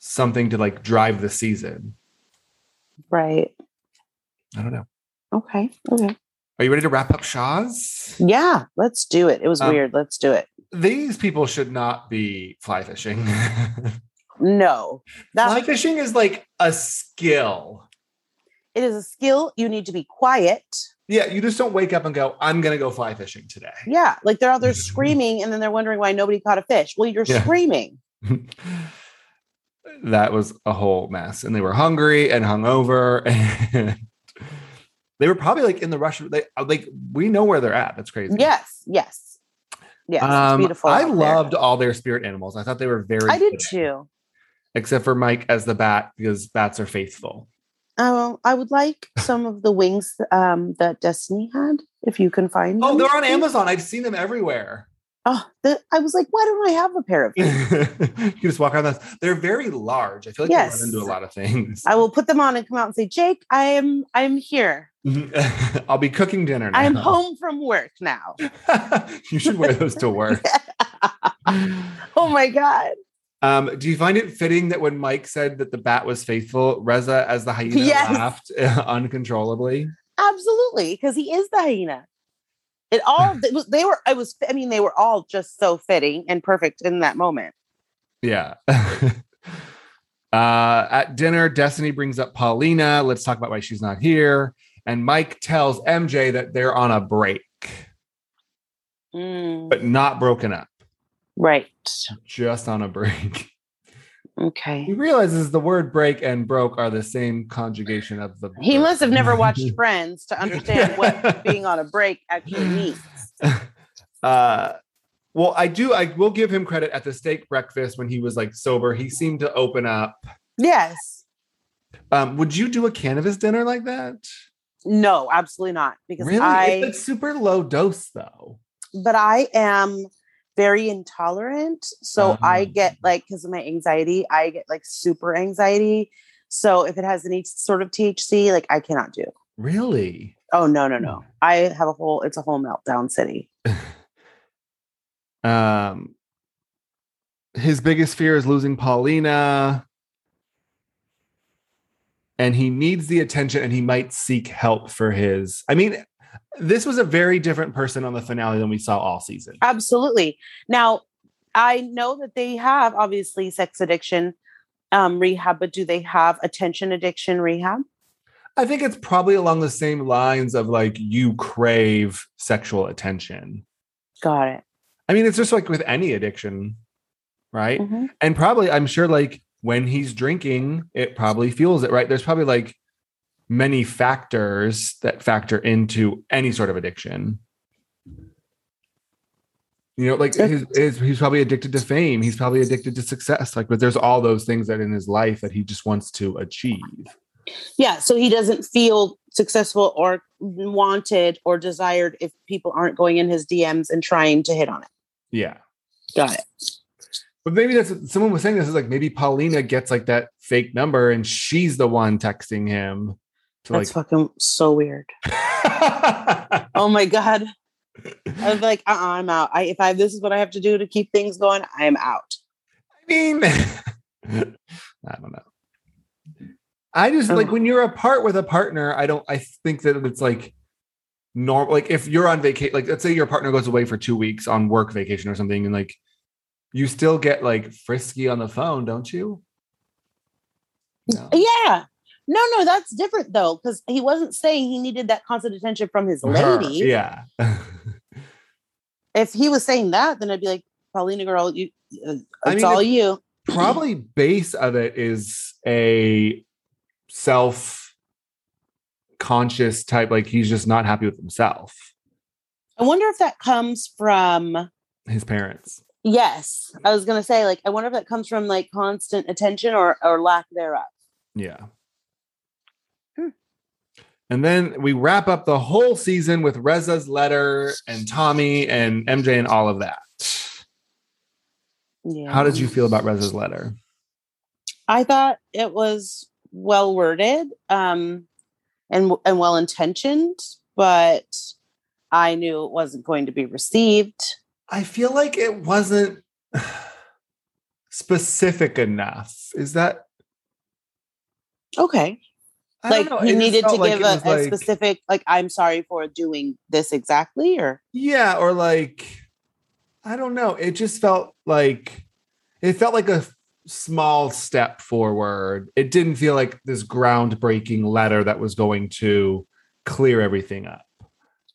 [SPEAKER 1] something to like drive the season.
[SPEAKER 2] Right.
[SPEAKER 1] I don't know.
[SPEAKER 2] Okay. Okay.
[SPEAKER 1] Are you ready to wrap up Shaw's?
[SPEAKER 2] Yeah. Let's do it. It was
[SPEAKER 1] Um,
[SPEAKER 2] weird. Let's do it.
[SPEAKER 1] These people should not be fly fishing. <laughs>
[SPEAKER 2] No. That
[SPEAKER 1] fly fishing is like a skill.
[SPEAKER 2] it is a skill. You need to be quiet.
[SPEAKER 1] Yeah, you just don't wake up and go, I'm gonna go fly fishing today.
[SPEAKER 2] Yeah. Like they're
[SPEAKER 1] <laughs>
[SPEAKER 2] out there screaming and then they're wondering why nobody caught a fish. Well, you're
[SPEAKER 1] Yeah.
[SPEAKER 2] screaming.
[SPEAKER 1] that was a whole mess. And they were hungry and hungover. <laughs> And they were probably like in the rush. They uh, like we know where they're at. That's crazy.
[SPEAKER 2] Yes. Yes. Yes. it's
[SPEAKER 1] Um,
[SPEAKER 2] beautiful.
[SPEAKER 1] I
[SPEAKER 2] out there.
[SPEAKER 1] loved all their spirit animals. I thought they were very
[SPEAKER 2] I did
[SPEAKER 1] fitting,
[SPEAKER 2] too.
[SPEAKER 1] except for Mike as the bat, because bats are faithful.
[SPEAKER 2] Um, I would like some of the wings um, that Destiny had, if you can find.
[SPEAKER 1] Oh,
[SPEAKER 2] them.
[SPEAKER 1] they're on Amazon. I've seen them everywhere. <laughs>
[SPEAKER 2] Oh, the, I was like, why don't I have a pair of
[SPEAKER 1] you
[SPEAKER 2] these?
[SPEAKER 1] just walk around. Those. They're very large. I feel like
[SPEAKER 2] Yes.
[SPEAKER 1] they run into a lot of things.
[SPEAKER 2] I will put them on and come out and say, Jake, I am, I'm here.
[SPEAKER 1] <laughs> I'll be cooking dinner now.
[SPEAKER 2] I am home from work now.
[SPEAKER 1] <laughs> you should wear those to work.
[SPEAKER 2] Oh my god!
[SPEAKER 1] Um, do you find it fitting that when Mike said that the bat was faithful, Reza as the hyena
[SPEAKER 2] Yes.
[SPEAKER 1] laughed <laughs> uncontrollably?
[SPEAKER 2] Absolutely, because he is the hyena. It all it was, they were. I was. I mean, they were all just so fitting and perfect in that moment.
[SPEAKER 1] Yeah. <laughs> uh, at dinner, Destiny brings up Paulina. Let's talk about why she's not here. And Mike tells MJ that they're on a break,
[SPEAKER 2] Mm,
[SPEAKER 1] but not broken up,
[SPEAKER 2] right.
[SPEAKER 1] just on a break. <laughs> He
[SPEAKER 2] Okay.
[SPEAKER 1] realizes the word break and broke are the same conjugation of the.
[SPEAKER 2] He must have
[SPEAKER 1] <laughs>
[SPEAKER 2] never watched Friends to understand what being on a break actually means.
[SPEAKER 1] uh well i do i will give him credit at the steak breakfast when he was like sober he seemed to open up
[SPEAKER 2] Yes.
[SPEAKER 1] um would you do a cannabis dinner like that
[SPEAKER 2] No, absolutely not. Because
[SPEAKER 1] really
[SPEAKER 2] I,
[SPEAKER 1] it's like super low dose though
[SPEAKER 2] but I am very intolerant. So I
[SPEAKER 1] Ah.
[SPEAKER 2] get like, because of my anxiety, I get like super anxiety. So if it has any sort of THC, like I cannot do. it.
[SPEAKER 1] really
[SPEAKER 2] Oh no, no, no! I have a whole. It's a whole meltdown city.
[SPEAKER 1] um his biggest fear is losing paulina and he needs the attention and he might seek help for his i mean this was a very different person on the finale than we saw all season
[SPEAKER 2] Absolutely. Now I know that they have obviously sex addiction um, rehab, but do they have attention addiction rehab?
[SPEAKER 1] I think it's probably along the same lines of like you crave sexual attention.
[SPEAKER 2] Got it.
[SPEAKER 1] I mean, it's just like with any addiction, right?
[SPEAKER 2] Mhm.
[SPEAKER 1] And probably, I'm sure, like when he's drinking, it probably fuels it, right? There's probably like many factors that factor into any sort of addiction. You know, like his, his, he's probably addicted to fame. He's probably addicted to success. Like, but there's all those things that in his life that he just wants to achieve.
[SPEAKER 2] Yeah, so he doesn't feel successful or wanted or desired if people aren't going in his DMs and trying to hit on it.
[SPEAKER 1] Yeah.
[SPEAKER 2] Got it.
[SPEAKER 1] But maybe that's someone was saying this is like maybe Paulina gets like that fake number and she's the one texting him to <laughs> like
[SPEAKER 2] That's fucking so weird. Oh my god. I was like, uh, uh I'm out. I if I this is what I have to do to keep things going, I am out.
[SPEAKER 1] I mean <laughs> I don't know. I just like
[SPEAKER 2] Oh.
[SPEAKER 1] when you're apart with a partner, I don't I think that it's like normal like if you're on vacation like let's say your partner goes away for 2 weeks on work vacation or something and like you still get like frisky on the phone, don't you? No.
[SPEAKER 2] Yeah. No, no, that's different though, because he wasn't saying he needed that constant attention from his
[SPEAKER 1] Her,
[SPEAKER 2] lady.
[SPEAKER 1] Uh-huh. Yeah. <laughs>
[SPEAKER 2] If he was saying that, then I'd be like, Paulina girl, you uh, it's
[SPEAKER 1] I mean,
[SPEAKER 2] all
[SPEAKER 1] if-
[SPEAKER 2] you.
[SPEAKER 1] probably base of it is a self conscious type. Like he's just not happy with himself.
[SPEAKER 2] I wonder if that comes from
[SPEAKER 1] His parents.
[SPEAKER 2] yes. I was gonna say like I wonder if that comes from like constant attention or or lack thereof.
[SPEAKER 1] Yeah.
[SPEAKER 2] Hmm.
[SPEAKER 1] And then we wrap up the whole season with Reza's letter and Tommy and MJ and all of that.
[SPEAKER 2] Yeah.
[SPEAKER 1] How did you feel about Reza's letter?
[SPEAKER 2] I thought it was well worded um, and and well intentioned, but I knew it wasn't going to be received.
[SPEAKER 1] I feel like it wasn't <sighs> specific enough. Is that
[SPEAKER 2] Okay,
[SPEAKER 1] I don't
[SPEAKER 2] like
[SPEAKER 1] know. It
[SPEAKER 2] he
[SPEAKER 1] just
[SPEAKER 2] needed to
[SPEAKER 1] felt like
[SPEAKER 2] give
[SPEAKER 1] it was
[SPEAKER 2] a, a
[SPEAKER 1] like-
[SPEAKER 2] specific, like I'm sorry for doing this exactly, or
[SPEAKER 1] Yeah, or like I don't know. It just felt like it felt like a small step forward. It didn't feel like this groundbreaking letter that was going to clear everything up.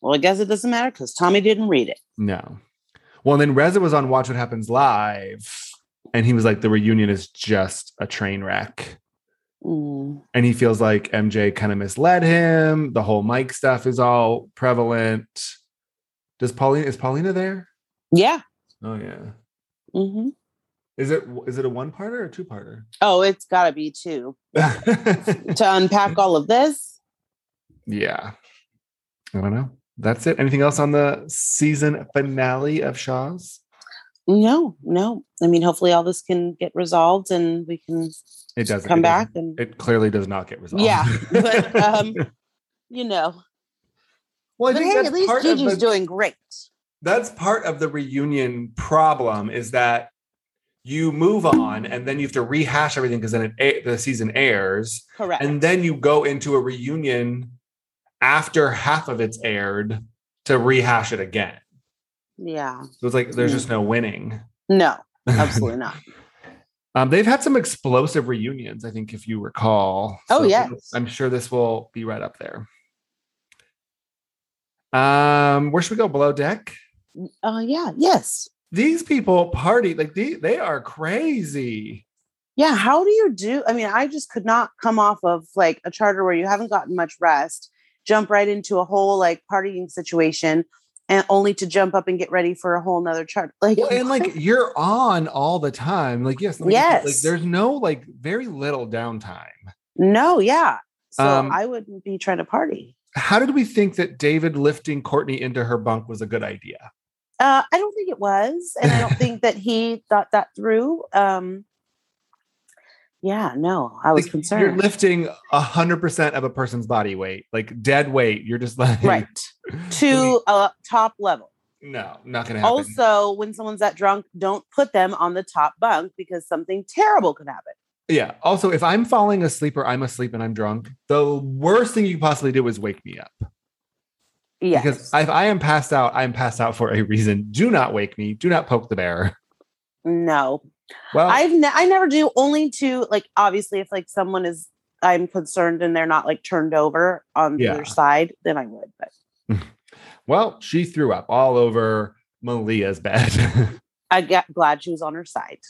[SPEAKER 2] well, I guess it doesn't matter because Tommy didn't read it.
[SPEAKER 1] No. Well, then Reza was on Watch What Happens Live, and he was like, the reunion is just a train wreck.
[SPEAKER 2] Mm.
[SPEAKER 1] And he feels like MJ kind of misled him. The whole Mike stuff is all prevalent. Does Paulina is Paulina there?
[SPEAKER 2] Yeah.
[SPEAKER 1] Oh yeah.
[SPEAKER 2] hmm
[SPEAKER 1] Is it is it a one parter or a two parter?
[SPEAKER 2] Oh, it's got to be two to unpack all of this.
[SPEAKER 1] <laughs> yeah. I don't know. That's it. Anything else on the season finale of Shaw's?
[SPEAKER 2] No, no. I mean, hopefully, all this can get resolved and we can
[SPEAKER 1] It doesn't
[SPEAKER 2] come
[SPEAKER 1] it doesn't-
[SPEAKER 2] back and
[SPEAKER 1] It clearly does not get resolved.
[SPEAKER 2] Yeah,
[SPEAKER 1] <laughs>
[SPEAKER 2] but, um, you know.
[SPEAKER 1] well, <laughs> I
[SPEAKER 2] But
[SPEAKER 1] think
[SPEAKER 2] hey,
[SPEAKER 1] that's
[SPEAKER 2] at least
[SPEAKER 1] part of
[SPEAKER 2] Gigi's
[SPEAKER 1] the-
[SPEAKER 2] doing great.
[SPEAKER 1] that's part of the reunion problem is that you move on and then you have to rehash everything because then it a- the season airs
[SPEAKER 2] Correct.
[SPEAKER 1] and then you go into a reunion after half of it's aired to rehash it again
[SPEAKER 2] yeah.
[SPEAKER 1] so it's like
[SPEAKER 2] Hmm.
[SPEAKER 1] there's just no winning
[SPEAKER 2] No, absolutely
[SPEAKER 1] <laughs>
[SPEAKER 2] not.
[SPEAKER 1] um, they've had some explosive reunions i think if you recall
[SPEAKER 2] Oh,
[SPEAKER 1] So
[SPEAKER 2] yes.
[SPEAKER 1] i'm sure this will be right up there um where should we go below deck
[SPEAKER 2] Oh yeah. Yes.
[SPEAKER 1] these people party like they, they are crazy
[SPEAKER 2] Yeah. How do you do? I mean, I just could not come off of like a charter where you haven't gotten much rest, jump right into a whole like partying situation, and only to jump up and get ready for a whole nother charter. Like,
[SPEAKER 1] well, and like you're on all the time like yes let me just- like
[SPEAKER 2] Yes.
[SPEAKER 1] there's no like very little downtime
[SPEAKER 2] no, yeah. So
[SPEAKER 1] Um,
[SPEAKER 2] I wouldn't be trying to party.
[SPEAKER 1] how did we think that david lifting courtney into her bunk was a good idea
[SPEAKER 2] Uh, I don't think it was, and
[SPEAKER 1] <laughs>
[SPEAKER 2] I don't think that he thought that through. Um, yeah, no, I
[SPEAKER 1] Like,
[SPEAKER 2] was
[SPEAKER 1] you're
[SPEAKER 2] concerned.
[SPEAKER 1] lifting a hundred percent of a person's body weight like dead weight you're just like
[SPEAKER 2] right to a top level.
[SPEAKER 1] no not gonna happen
[SPEAKER 2] Also, when someone's that drunk, don't put them on the top bunk because something terrible could happen.
[SPEAKER 1] yeah also if i'm falling asleep or i'm asleep and i'm drunk the worst thing you could possibly do is wake me up
[SPEAKER 2] Yes.
[SPEAKER 1] because if i am passed out i'm passed out for a reason do not wake me do not poke the bear
[SPEAKER 2] no,
[SPEAKER 1] well
[SPEAKER 2] I've ne- I never do. Only to like obviously if like someone is I'm concerned and they're not like turned over on
[SPEAKER 1] Yeah.
[SPEAKER 2] their side, then I would. But
[SPEAKER 1] Well, she threw up all over Malia's bed. <laughs>
[SPEAKER 2] I get glad she was on her side.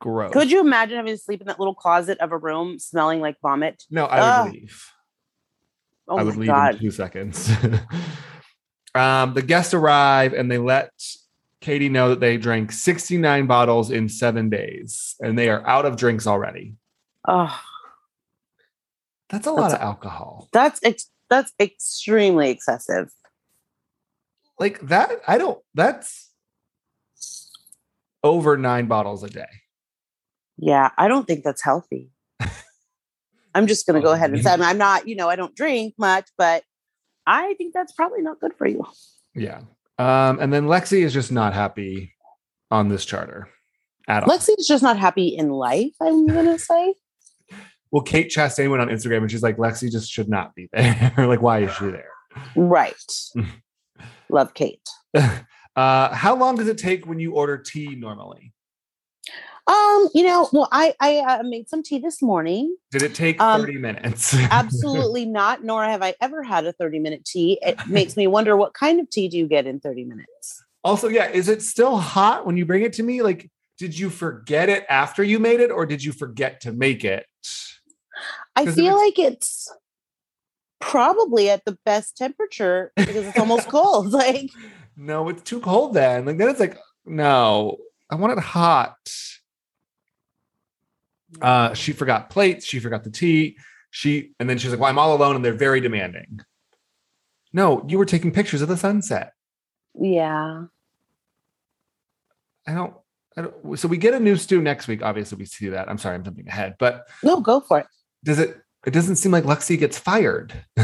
[SPEAKER 1] Gross.
[SPEAKER 2] Could you imagine having to sleep in that little closet of a room smelling like vomit?
[SPEAKER 1] no, I would
[SPEAKER 2] Ugh.
[SPEAKER 1] leave.
[SPEAKER 2] Ah. Oh
[SPEAKER 1] I
[SPEAKER 2] my
[SPEAKER 1] would leave
[SPEAKER 2] god.
[SPEAKER 1] in two seconds. <laughs> um, the guests arrive and they let Katie know that they drank 69 bottles in seven days and they are out of drinks already.
[SPEAKER 2] Oh,
[SPEAKER 1] That's a lot
[SPEAKER 2] That's-
[SPEAKER 1] of alcohol.
[SPEAKER 2] that's ex- that's extremely excessive.
[SPEAKER 1] Like that, I don't, that's over nine bottles a day.
[SPEAKER 2] Yeah, I don't think that's
[SPEAKER 1] <laughs>
[SPEAKER 2] healthy. I'm just going to go ahead and say
[SPEAKER 1] Oh.
[SPEAKER 2] I'm- I'm not, you know, I don't drink much, but I think that's probably not good for you.
[SPEAKER 1] Oh. Yeah. Um, and then Lexi is just not happy on this charter at all.
[SPEAKER 2] Lexi's just not happy in life, I'm going to say.
[SPEAKER 1] well, Kate Chastain went on Instagram and she's like, Lexi just should not be there. <laughs> like, why is she <laughs>
[SPEAKER 2] Right. Love Kate.
[SPEAKER 1] there? <laughs> uh, how long does it take when you order tea normally?
[SPEAKER 2] Um, you know, well, I I uh, made some tea this morning.
[SPEAKER 1] Did it take
[SPEAKER 2] Um,
[SPEAKER 1] 30 minutes?
[SPEAKER 2] Absolutely not, nor have I ever had a 30 minute tea. It makes me wonder what kind of tea do you get in 30 minutes?
[SPEAKER 1] <laughs> also, yeah, is it still hot when you bring it to me? Like, did you forget it after you made it or did you forget to make it?
[SPEAKER 2] I
[SPEAKER 1] 'Cause if
[SPEAKER 2] feel like it's probably at the best temperature because
[SPEAKER 1] <laughs>
[SPEAKER 2] it's almost cold. <laughs> Like,
[SPEAKER 1] no, it's too cold then. Like then it's like, no, I want it hot. Uh, she forgot plates, she forgot the tea. She and then she's like, Well, I'm all alone and they're very demanding. No, you were taking pictures of the sunset.
[SPEAKER 2] yeah.
[SPEAKER 1] I don't I don't so we get a new stew next week. Obviously, we see that. I'm sorry, I'm jumping ahead, but
[SPEAKER 2] No, go for it.
[SPEAKER 1] does it it doesn't seem like Lexi gets fired. <laughs>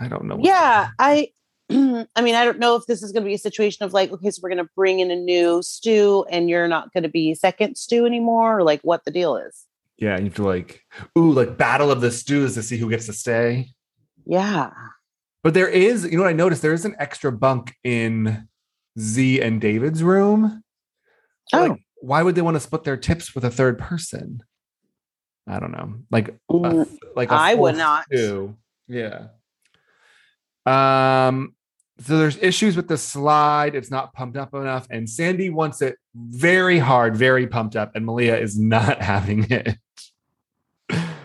[SPEAKER 1] I don't know. what-
[SPEAKER 2] Yeah, I <clears throat> I mean, I don't know if this is going to be a situation of like, okay, so we're going to bring in a new stew and you're not going to be second stew anymore or like what the deal is.
[SPEAKER 1] Yeah, you have to like, ooh, like battle of the stews to see who gets to stay.
[SPEAKER 2] Yeah.
[SPEAKER 1] But there is, you know what I noticed? There is an extra bunk in Z and David's room.
[SPEAKER 2] Oh.
[SPEAKER 1] Like, why would they want to split their tips with a third person? I don't know. Like, a,
[SPEAKER 2] Mm,
[SPEAKER 1] like
[SPEAKER 2] I would
[SPEAKER 1] fourth
[SPEAKER 2] not.
[SPEAKER 1] stew. Yeah. Um. So there's issues with the slide. It's not pumped up enough, and Sandy wants it very hard, very pumped up, and Malia is not <laughs> having it.
[SPEAKER 2] Mm.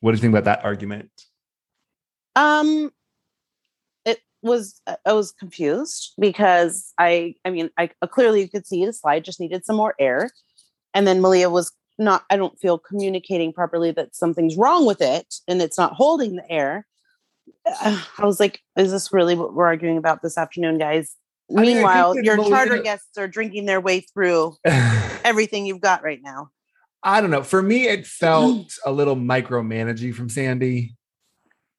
[SPEAKER 1] What do you think about that argument? <laughs>
[SPEAKER 2] Um it was uh, I was confused because I I mean, I uh, clearly you could see the slide just needed some more air. And then Malia was not I don't feel communicating properly that something's wrong with it and it's not holding the air. Uh, I was like, is this really what we're arguing about this afternoon, guys?
[SPEAKER 1] mean, I think
[SPEAKER 2] Meanwhile,
[SPEAKER 1] that
[SPEAKER 2] your
[SPEAKER 1] Malia-
[SPEAKER 2] charter guests are drinking their way through
[SPEAKER 1] I
[SPEAKER 2] everything you've got right now.
[SPEAKER 1] don't know. For me, it felt
[SPEAKER 2] Mm.
[SPEAKER 1] a little micromanaging from Sandy.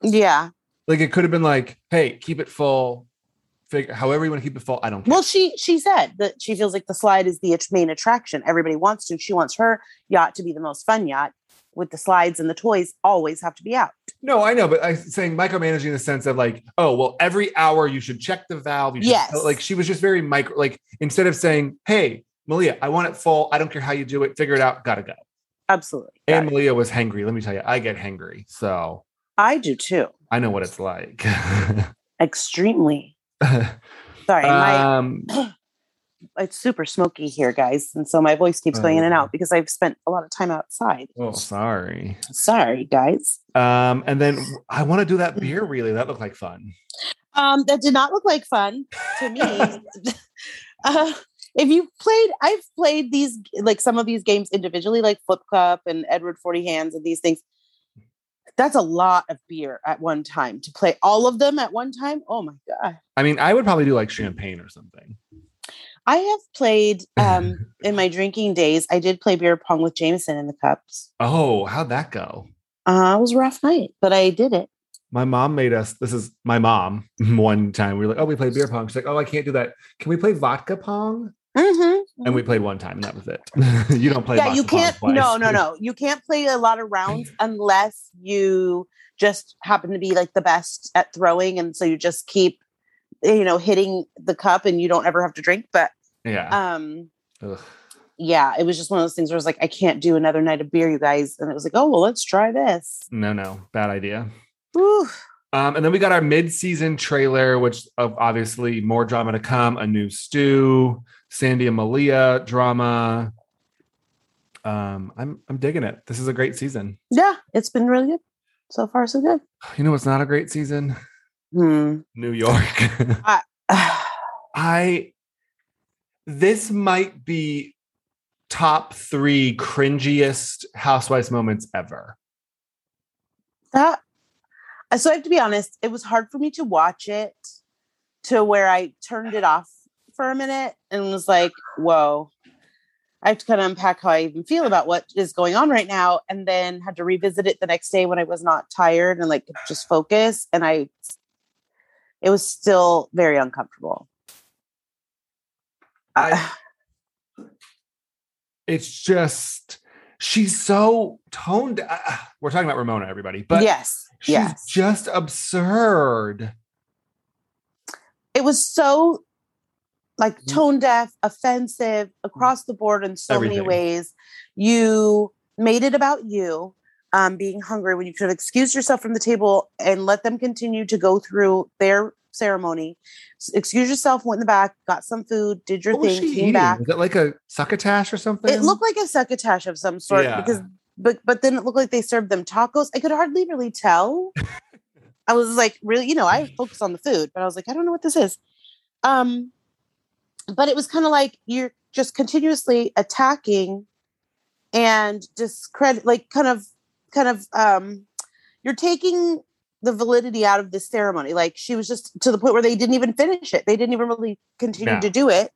[SPEAKER 2] Yeah.
[SPEAKER 1] Like it could have been like, "Hey, keep it full. Figure however you want to keep it full. I don't care."
[SPEAKER 2] Well, she she said that she feels like the slide is the at- main attraction. Everybody wants to. She wants her yacht to be the most fun yacht with the slides and the toys always have to be out.
[SPEAKER 1] No, I know, but I'm saying micromanaging in the sense of like, oh, well, every hour you should check the valve. You should,
[SPEAKER 2] Yes.
[SPEAKER 1] Like she was just very micro, like instead of saying, hey, Malia, I want it full. I don't care how you do it. Figure it out. Gotta go.
[SPEAKER 2] Absolutely. Got
[SPEAKER 1] And
[SPEAKER 2] it.
[SPEAKER 1] Malia was hangry. Let me tell you, I get hangry. So
[SPEAKER 2] I do too.
[SPEAKER 1] I know what it's like. <laughs>
[SPEAKER 2] Extremely. Sorry, my
[SPEAKER 1] um,
[SPEAKER 2] it's super smoky here, guys, and so my voice keeps going in and out because I've spent a lot of time outside.
[SPEAKER 1] oh, sorry.
[SPEAKER 2] Sorry, guys.
[SPEAKER 1] Um, and
[SPEAKER 2] <laughs>
[SPEAKER 1] then I want to do that beer really. That looked like fun.
[SPEAKER 2] Um, that did not look like fun to me. <laughs> uh, if you played, I've played these like some of these games individually, like Flip Cup and Edward Forty Hands and these things. That's a lot of beer at one time to play all of them at one time. Oh my god!
[SPEAKER 1] I mean, I would probably do like champagne or something.
[SPEAKER 2] I have played um, in my drinking days. I did play beer pong with Jameson in the cups.
[SPEAKER 1] Oh, how'd that go?
[SPEAKER 2] Uh, it was a rough night, but I did it.
[SPEAKER 1] my mom made us this is my mom <laughs> one time we were like oh we play beer pong she's like oh i can't do that can we play vodka pong
[SPEAKER 2] Mhm.
[SPEAKER 1] and we played one time and that was it <laughs> you don't play
[SPEAKER 2] yeah,
[SPEAKER 1] vodka
[SPEAKER 2] you
[SPEAKER 1] pong
[SPEAKER 2] can't.
[SPEAKER 1] twice.
[SPEAKER 2] No, no, no. You can't play a lot of rounds unless you just happen to be like the best at throwing, and so you just keep, you know, hitting the cup, and you don't ever have to drink. But
[SPEAKER 1] <laughs> yeah
[SPEAKER 2] um,
[SPEAKER 1] Ugh.
[SPEAKER 2] yeah, it was just one of those things where I was like, I can't do another night of beer, you guys, and it was like, oh well, let's try this.
[SPEAKER 1] no no bad idea
[SPEAKER 2] Whew.
[SPEAKER 1] um, and then we got our mid-season trailer which of obviously more drama to come a new stew sandy and malia drama um, I'm I'm digging it. This is a great season. <sighs>
[SPEAKER 2] Yeah, it's been really good so far, so good.
[SPEAKER 1] You know what's not a great season? <sighs>
[SPEAKER 2] Hmm. <sighs>
[SPEAKER 1] New York. <laughs> I this might be top three cringiest housewives moments ever.
[SPEAKER 2] that uh, so i have to be honest it was hard for me to watch it to where i turned it off for a minute and was like whoa i have to kind of unpack how i even feel about what is going on right now and then had to revisit it the next day when i was not tired and like could just focus and i it was still very uncomfortable <sighs>
[SPEAKER 1] I- It's just she's so toned. Uh, we're talking about Ramona, everybody, but
[SPEAKER 2] yes
[SPEAKER 1] she's
[SPEAKER 2] yes
[SPEAKER 1] just absurd.
[SPEAKER 2] it was so like
[SPEAKER 1] Mhm.
[SPEAKER 2] tone deaf, offensive across the board in so
[SPEAKER 1] Mm. Everything.
[SPEAKER 2] many ways. You made it about you um, being hungry when you could have excused yourself from the table and let them continue to go through their ceremony. S- Excuse yourself, went in the back, got some food, did your
[SPEAKER 1] What was
[SPEAKER 2] thing,
[SPEAKER 1] she
[SPEAKER 2] came
[SPEAKER 1] eating?
[SPEAKER 2] back.
[SPEAKER 1] Was it like a succotash or something?
[SPEAKER 2] It looked like a succotash of some sort
[SPEAKER 1] Yeah.
[SPEAKER 2] because but but then it looked like they served them tacos. I could hardly really
[SPEAKER 1] <laughs>
[SPEAKER 2] tell. I was like, really, you know, I focus on the food, but I was like, I don't know what this is. Um, but it was kind of like you're just continuously attacking and discredit, like kind of, kind of, um, you're taking the validity out of this ceremony. Like she was just to the point where they didn't even finish it. They didn't even really continue
[SPEAKER 1] Yeah.
[SPEAKER 2] to do it.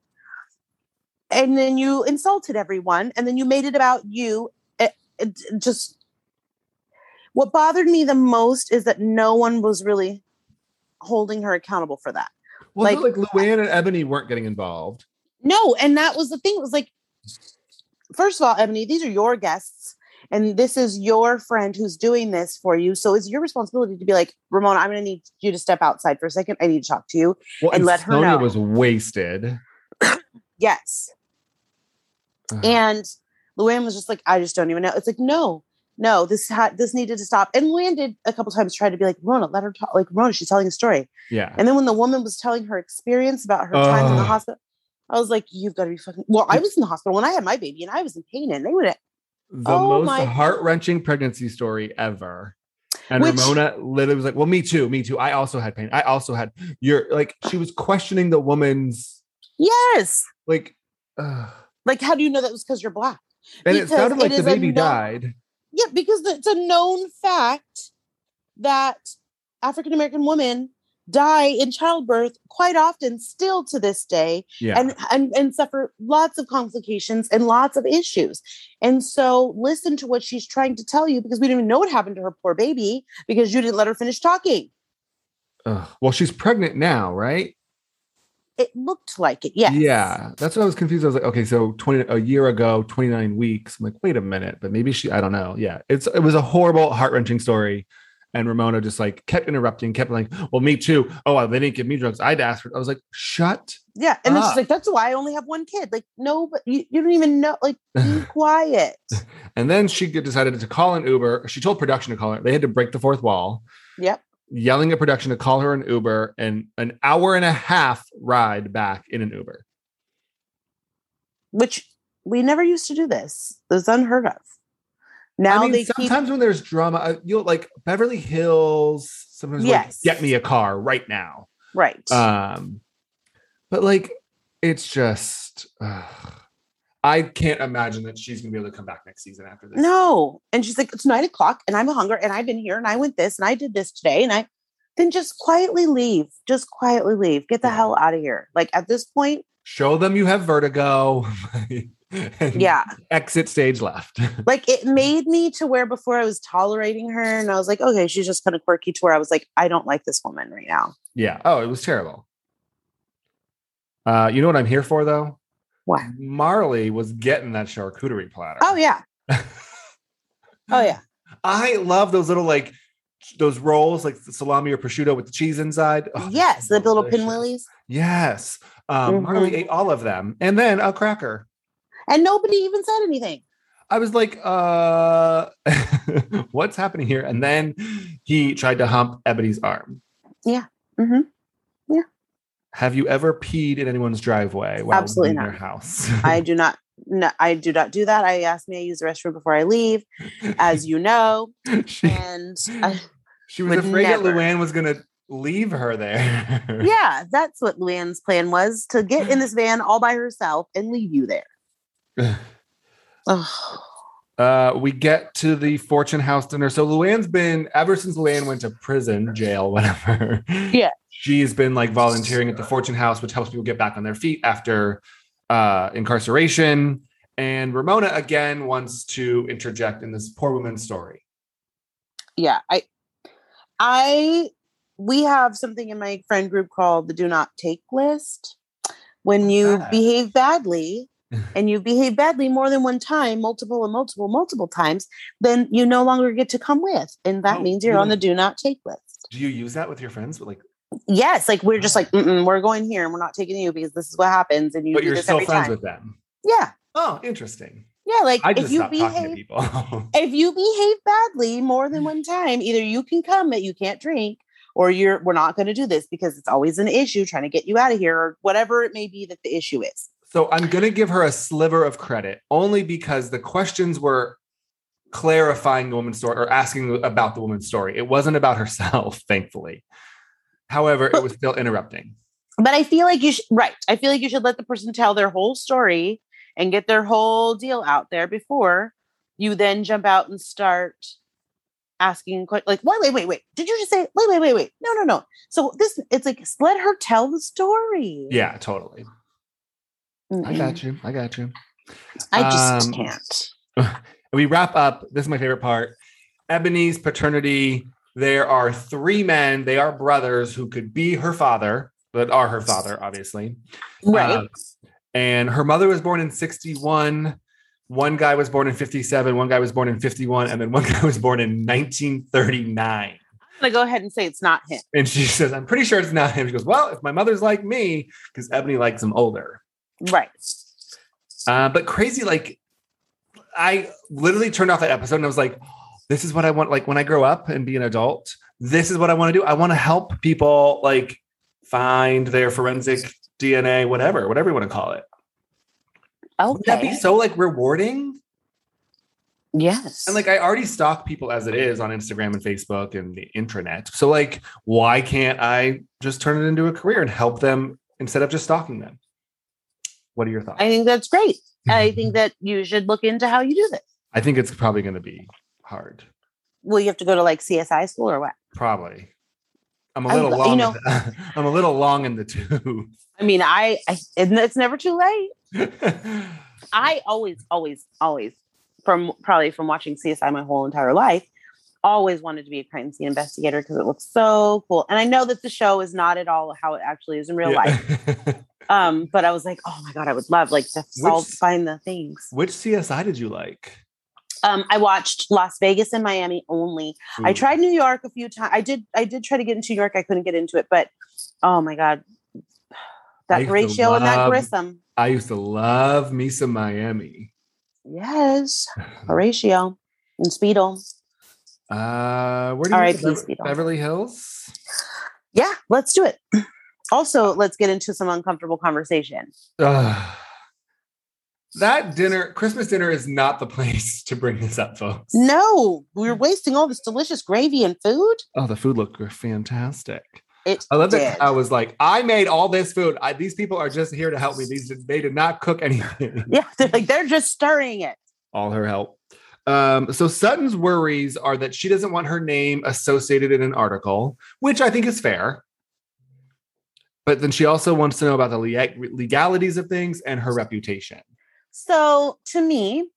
[SPEAKER 2] And then you insulted everyone, and then you made it about you. It- it just what bothered me the most is that no one was really holding her accountable for that.
[SPEAKER 1] Well, I feel
[SPEAKER 2] Like-
[SPEAKER 1] like Luann and Ebony weren't getting involved.
[SPEAKER 2] No, and that was the thing. It was like, first of all, Ebony, these are your guests, and this is your friend who's doing this for you. So it's your responsibility to be like, Ramona, I'm going to need you to step outside for a second. I need to talk to you.
[SPEAKER 1] Well,
[SPEAKER 2] And let her
[SPEAKER 1] Sonia
[SPEAKER 2] know.
[SPEAKER 1] was wasted.
[SPEAKER 2] Yes.
[SPEAKER 1] Ugh.
[SPEAKER 2] And Luann was just like, I just don't even know. It's like, no, no, this ha- this needed to stop. And Luann did a couple times try to be like, Ramona, let her talk. Like, Ramona, she's telling a story.
[SPEAKER 1] Yeah.
[SPEAKER 2] And then when the woman was telling her experience about her time in the
[SPEAKER 1] Ugh.
[SPEAKER 2] hospital, I was like, "You've got to be fucking." Well, I was in the hospital when I had my baby, and I was in pain, and they would.
[SPEAKER 1] the
[SPEAKER 2] Oh
[SPEAKER 1] most
[SPEAKER 2] my-
[SPEAKER 1] heart wrenching pregnancy story ever. And
[SPEAKER 2] Which-
[SPEAKER 1] Ramona literally was like, Well, me too, me too. I also had pain. I also had you're like she was questioning the woman's
[SPEAKER 2] Yes,
[SPEAKER 1] like ugh.
[SPEAKER 2] like how do you know that was because you're black?
[SPEAKER 1] and it
[SPEAKER 2] Because
[SPEAKER 1] sounded like
[SPEAKER 2] it
[SPEAKER 1] the
[SPEAKER 2] is a
[SPEAKER 1] baby
[SPEAKER 2] no-
[SPEAKER 1] died.
[SPEAKER 2] Yeah, because it's a known fact that African American women die in childbirth quite often, still to this day,
[SPEAKER 1] Yeah.
[SPEAKER 2] and, and and suffer lots of complications and lots of issues. And so, listen to what she's trying to tell you because we didn't even know what happened to her poor baby because you didn't let her finish talking.
[SPEAKER 1] Ugh. Well, she's pregnant now, right?
[SPEAKER 2] it looked like it. Yes.
[SPEAKER 1] Yeah. That's what I was confused. I was like, okay, so 20 a year ago, 29 weeks. I'm like, wait a minute, but maybe she I don't know. Yeah. It's it was a horrible, heart-wrenching story. And Ramona just like kept interrupting, kept like, well, me too. Oh, they didn't give me drugs. I'd asked for it. I was like, shut
[SPEAKER 2] Yeah. And then
[SPEAKER 1] Ah.
[SPEAKER 2] she's like, that's why I only have one kid. Like, no, but you, you don't even know. Like,
[SPEAKER 1] <laughs>
[SPEAKER 2] be quiet.
[SPEAKER 1] And then she g- decided to call an Uber. She told production to call her. They had to break the fourth wall,
[SPEAKER 2] Yep.
[SPEAKER 1] yelling at production to call her an Uber and an hour and a half ride back in an Uber.
[SPEAKER 2] Which we never used to do this. It was unheard of. Now
[SPEAKER 1] I mean,
[SPEAKER 2] they keep.
[SPEAKER 1] sometimes when there's drama, uh, you'll like Beverly Hills, sometimes we're like,
[SPEAKER 2] Yes.
[SPEAKER 1] get me a car right now.
[SPEAKER 2] Right.
[SPEAKER 1] Um, but like, it's just, ugh. I can't imagine that she's going to be able to come back next season after this.
[SPEAKER 2] no. And she's like, it's nine o'clock and I'm a hunger and I've been here and I went this and I did this today. And I then just quietly leave. Just quietly leave. Get the
[SPEAKER 1] Yeah.
[SPEAKER 2] hell out of here. Like, at this point,
[SPEAKER 1] Show them you have vertigo. <laughs> and <laughs>
[SPEAKER 2] yeah.
[SPEAKER 1] Exit stage left. <laughs>
[SPEAKER 2] like it made me to where before I was tolerating her and I was like, okay, she's just kind of quirky to where I was like, I don't like this woman right now.
[SPEAKER 1] Yeah. Oh, it was terrible. Uh, you know what I'm here for though?
[SPEAKER 2] What?
[SPEAKER 1] Marley was getting that charcuterie platter.
[SPEAKER 2] Oh yeah. Oh yeah.
[SPEAKER 1] I love those little like those rolls, like the salami or prosciutto with the cheese inside. <laughs> Oh,
[SPEAKER 2] yes, the little Mm-hmm.
[SPEAKER 1] delicious.
[SPEAKER 2] pin lilies.
[SPEAKER 1] Yes. Um, Marley ate all of them, and then a cracker.
[SPEAKER 2] And nobody even said anything.
[SPEAKER 1] I was like, uh, <laughs> what's happening here? And then he tried to hump Ebony's arm.
[SPEAKER 2] hmm
[SPEAKER 1] Have you ever peed in anyone's driveway while
[SPEAKER 2] Absolutely
[SPEAKER 1] in
[SPEAKER 2] not.
[SPEAKER 1] their house? <laughs>
[SPEAKER 2] I do not no, I do not do that. I ask me I use the restroom before I leave, as you know.
[SPEAKER 1] She-
[SPEAKER 2] And I,
[SPEAKER 1] She was
[SPEAKER 2] would
[SPEAKER 1] afraid that
[SPEAKER 2] never.
[SPEAKER 1] Luann was gonna leave her there.
[SPEAKER 2] yeah, that's what Luann's plan was to get
[SPEAKER 1] <sighs>
[SPEAKER 2] in this van all by herself and leave you there. <sighs> Ugh.
[SPEAKER 1] Uh, we get to the Fortune House dinner. So Luann's been ever since Luann went to prison, jail, <laughs> whatever.
[SPEAKER 2] Yeah.
[SPEAKER 1] she's been like volunteering at the Fortune House, which helps people get back on their feet after uh, incarceration. And Ramona again wants to interject in this poor woman's story.
[SPEAKER 2] yeah i i we have something in my friend group called the do not take list when you
[SPEAKER 1] Ah.
[SPEAKER 2] behave badly
[SPEAKER 1] <laughs>
[SPEAKER 2] and you behave badly more than one time multiple and multiple multiple times then you no longer get to come with and that
[SPEAKER 1] Oh,
[SPEAKER 2] means you're on the do not take list
[SPEAKER 1] Do you use that with your friends? But like,
[SPEAKER 2] yes like we're just
[SPEAKER 1] Ah.
[SPEAKER 2] like Mm-mm, we're going here and we're not taking you because this is what happens and you
[SPEAKER 1] but
[SPEAKER 2] do
[SPEAKER 1] you're
[SPEAKER 2] this
[SPEAKER 1] still
[SPEAKER 2] every
[SPEAKER 1] friends
[SPEAKER 2] time
[SPEAKER 1] with them.
[SPEAKER 2] yeah
[SPEAKER 1] Oh, interesting.
[SPEAKER 2] yeah like
[SPEAKER 1] I just
[SPEAKER 2] if you
[SPEAKER 1] stopped talking to
[SPEAKER 2] behave
[SPEAKER 1] people. <laughs> Mm-hmm.
[SPEAKER 2] if you behave badly more than one time, either you can come but you can't drink, or you're we're not going to do this because it's always an issue trying to get you out of here, or whatever it may be that the issue is.
[SPEAKER 1] So I'm going to give her a sliver of credit only because the questions were clarifying the woman's story or asking about the woman's story. It wasn't about herself, <laughs> thankfully. However, it was still interrupting.
[SPEAKER 2] But I feel like you should, right. I feel like you should let the person tell their whole story and get their whole deal out there before you then jump out and start asking que- like wait wait wait wait did you just say wait wait wait wait no no no so this it's like let her tell the story
[SPEAKER 1] Yeah, totally. I
[SPEAKER 2] Mm-mm.
[SPEAKER 1] got you. I got you.
[SPEAKER 2] I just
[SPEAKER 1] Um,
[SPEAKER 2] can't
[SPEAKER 1] We wrap up. This is my favorite part. Ebony's paternity. There are three men. They are brothers who could be her father, but are her father, obviously.
[SPEAKER 2] right
[SPEAKER 1] Uh, and her mother was born in 61. One guy was born in 57. One guy was born in 51. And then one <laughs> guy was born in 1939.
[SPEAKER 2] i'm gonna go ahead and say it's not him
[SPEAKER 1] And she says, I'm pretty sure it's not him. She goes, Well, if my mother's like me, because Ebony likes him older.
[SPEAKER 2] right
[SPEAKER 1] Uh, but crazy, like, I literally turned off that episode and I was like, This is what I want. Like, when I grow up and be an adult, this is what I want to do. I want to help people, like, find their forensic DNA, whatever, whatever you want to call it. Would that be
[SPEAKER 2] okay
[SPEAKER 1] so like rewarding?
[SPEAKER 2] yes
[SPEAKER 1] And like I already stalk people as it is on Instagram and Facebook and the intranet. So like why can't I just turn it into a career and help them instead of just stalking them? What are your thoughts?
[SPEAKER 2] i think that's great i think that you should look into how you do this
[SPEAKER 1] I think it's probably going to be hard.
[SPEAKER 2] will you have to go to like csi school or what
[SPEAKER 1] Probably. I'm a
[SPEAKER 2] I-
[SPEAKER 1] little
[SPEAKER 2] you
[SPEAKER 1] long. in
[SPEAKER 2] know-
[SPEAKER 1] the- <laughs> I'm a little long in the tooth.
[SPEAKER 2] i mean i, I and it's never too late I always, always, always, from probably from watching CSI my whole entire life, always wanted to be a crime scene investigator because it looks so cool. And I know that the show is not at all how it actually is
[SPEAKER 1] <laughs>
[SPEAKER 2] in real life. Um, but I was like, oh my god, I would love like <laughs> to solve,
[SPEAKER 1] Which-
[SPEAKER 2] find the things.
[SPEAKER 1] Which CSI did you like?
[SPEAKER 2] Um, I watched Las Vegas and Miami only. I
[SPEAKER 1] Ooh.
[SPEAKER 2] tried New York a few times. I did, I did try to get into New York. I couldn't get into it, but oh my god, <sighs>
[SPEAKER 1] I
[SPEAKER 2] that
[SPEAKER 1] used to
[SPEAKER 2] Horatio and that
[SPEAKER 1] love-
[SPEAKER 2] Grissom.
[SPEAKER 1] I used to love Misa Miami. <laughs>
[SPEAKER 2] Yes, Horatio and Speedle.
[SPEAKER 1] Uh, where do you
[SPEAKER 2] R.I.P.
[SPEAKER 1] live? Bever-
[SPEAKER 2] Speedo.
[SPEAKER 1] Beverly Hills?
[SPEAKER 2] Yeah, let's do it. <clears throat> Also, let's get into some uncomfortable conversation.
[SPEAKER 1] Ugh. that dinner, Christmas dinner, is not the <laughs> place to bring this up, folks.
[SPEAKER 2] No, we're
[SPEAKER 1] Hmm.
[SPEAKER 2] wasting all this delicious gravy and food.
[SPEAKER 1] Oh, the food looked fantastic.
[SPEAKER 2] It
[SPEAKER 1] I love
[SPEAKER 2] did.
[SPEAKER 1] that. I was like, I made all this food. I, these people are just here to help me. These did- they did not cook <laughs> anything.
[SPEAKER 2] Yeah, <laughs> they're like they're just stirring it.
[SPEAKER 1] all her help. Um, so Sutton's worries are that she doesn't want her name associated in an article, which I think is fair. But then she also wants to know about the leg- legalities of things and her reputation.
[SPEAKER 2] So, to me,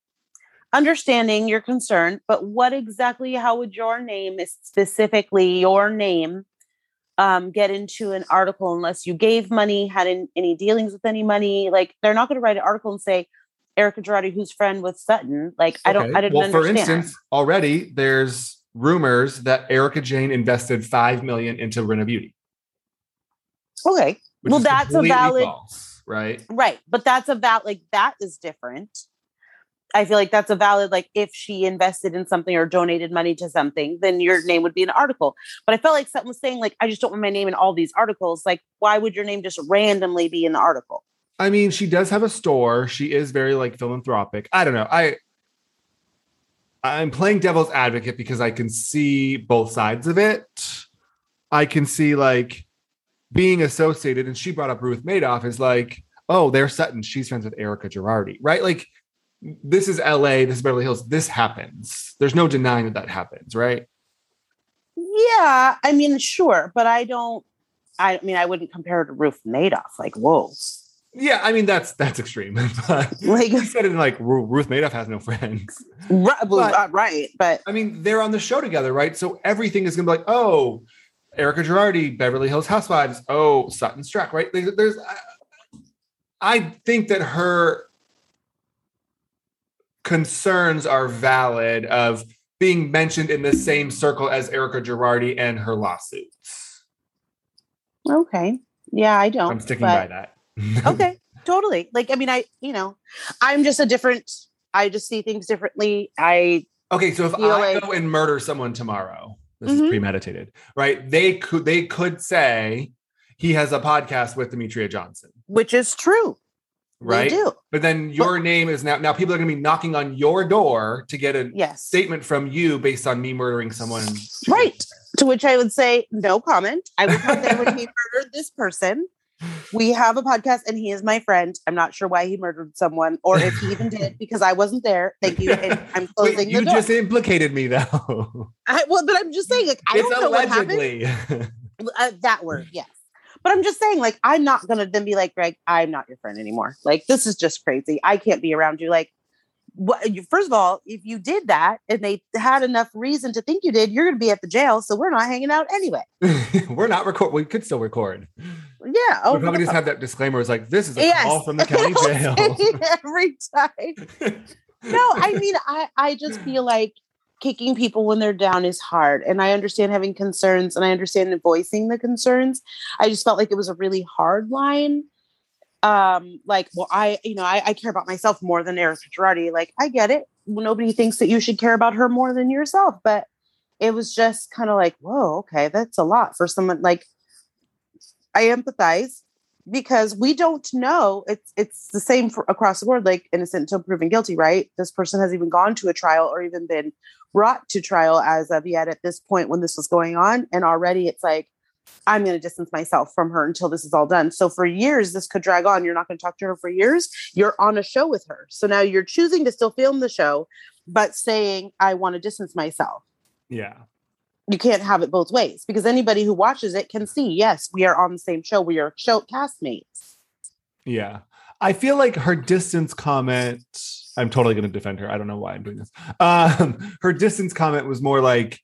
[SPEAKER 2] understanding your concern, but what exactly? How would your name, specifically your name, um, get into an article unless you gave money, had an, any dealings with any money? Like they're not going to write an article and say Erica Girardi, who's friend with Sutton. Like I don't,
[SPEAKER 1] Okay.
[SPEAKER 2] I didn't
[SPEAKER 1] well,
[SPEAKER 2] understand.
[SPEAKER 1] for instance, already there's rumors that Erica Jane invested five million into Rena Beauty.
[SPEAKER 2] okay.
[SPEAKER 1] which
[SPEAKER 2] Well,
[SPEAKER 1] is
[SPEAKER 2] that's a
[SPEAKER 1] completely
[SPEAKER 2] valid-
[SPEAKER 1] false, right?
[SPEAKER 2] Right. But that's a valid, like, that is different. I feel like that's a valid, like, if she invested in something or donated money to something, then your name would be an article. But I felt like something was saying, like, I just don't want my name in all these articles. Like, why would your name just randomly be in the article?
[SPEAKER 1] I mean, she does have a store. She is very like philanthropic. I don't know. I I'm playing devil's advocate because I can see both sides of it. I can see like being associated, and she brought up Ruth Madoff is like, oh, they're Sutton. She's friends with Erica Girardi, right? Like, this is LA. This is Beverly Hills. This happens. There's no denying that that happens, right?
[SPEAKER 2] Yeah. I mean, sure. But I don't, I mean, I wouldn't compare it to Ruth Madoff. Like, whoa. <laughs>
[SPEAKER 1] Yeah, I mean that's that's extreme. <laughs> but
[SPEAKER 2] Like,
[SPEAKER 1] you said it in like Ru- Ruth Madoff has no friends.
[SPEAKER 2] right.
[SPEAKER 1] But-
[SPEAKER 2] uh, right but
[SPEAKER 1] I mean, they're on the show together, right? So everything is going to be like, oh, Erica Girardi, Beverly Hills Housewives, oh, Sutton Strack, right? There- There's, I- I think that her concerns are valid of being mentioned in the same circle as Erica Girardi and her lawsuits.
[SPEAKER 2] okay. Yeah, I don't.
[SPEAKER 1] I'm sticking
[SPEAKER 2] but-
[SPEAKER 1] by that.
[SPEAKER 2] <laughs> okay totally like i mean i you know i'm just a different i just see things differently i
[SPEAKER 1] Okay, so if
[SPEAKER 2] feel
[SPEAKER 1] I
[SPEAKER 2] like-
[SPEAKER 1] go and murder someone tomorrow, this
[SPEAKER 2] Mhm.
[SPEAKER 1] is premeditated, right? They could they could say he has a podcast with Demetria Johnson,
[SPEAKER 2] which is true
[SPEAKER 1] right?
[SPEAKER 2] We do.
[SPEAKER 1] But then your name is now now people are going to be knocking on your door to get a
[SPEAKER 2] Yes.
[SPEAKER 1] statement from you based on me murdering someone.
[SPEAKER 2] Right. To which I would say, no comment. I was not there
[SPEAKER 1] <laughs>
[SPEAKER 2] when he murdered this person. We have a podcast and he is my friend. I'm not sure why he murdered someone or if he
[SPEAKER 1] <laughs>
[SPEAKER 2] even did because I wasn't there. Thank you. And I'm
[SPEAKER 1] Wait,
[SPEAKER 2] closing the
[SPEAKER 1] you
[SPEAKER 2] door.
[SPEAKER 1] just implicated me though.
[SPEAKER 2] I, well, but I'm just saying, like, I
[SPEAKER 1] it's
[SPEAKER 2] don't know what happened.
[SPEAKER 1] allegedly. <laughs>
[SPEAKER 2] Uh, that word, yes. But I'm just saying, like, I'm not going to then be like, Greg, I'm not your friend anymore. Like, this is just crazy. I can't be around you. Like, what, you, first of all, if you did that and they had enough reason to think you did, you're going to be at the jail. So we're not hanging out anyway.
[SPEAKER 1] We're not record. We could still record.
[SPEAKER 2] Yeah.
[SPEAKER 1] Oh,
[SPEAKER 2] Oh,
[SPEAKER 1] we probably
[SPEAKER 2] no.
[SPEAKER 1] just have that disclaimer. It's like this is a
[SPEAKER 2] Yes.
[SPEAKER 1] call from the
[SPEAKER 2] <laughs>
[SPEAKER 1] county <laughs> jail.
[SPEAKER 2] every time. No, I mean, I, I just feel like kicking people when they're down is hard. And I understand having concerns and I understand voicing the concerns. I just felt like it was a really hard line. Um, like, well, I, you know, I, I care about myself more than Erica Girardi. Like, I get it. Nobody thinks that you should care about her more than yourself, but it was just kind of like, whoa, okay, that's a lot for someone like I empathize because we don't know. It's it's the same for across the board, like innocent until proven guilty, right? This person has even gone to a trial or even been brought to trial as of yet at this point when this was going on. And already it's like, I'm gonna distance myself from her until this is all done. So for years, this could drag on. You're not gonna talk to her for years. You're on a show with her. So now you're choosing to still film the show, but saying, I want to distance myself
[SPEAKER 4] Yeah.
[SPEAKER 2] you can't have it both ways because anybody who watches it can see yes we are on the same show we are show castmates
[SPEAKER 1] Yeah. I feel like her distance comment, I'm totally going to defend her. I don't know why I'm doing this. Um, her distance comment was more like,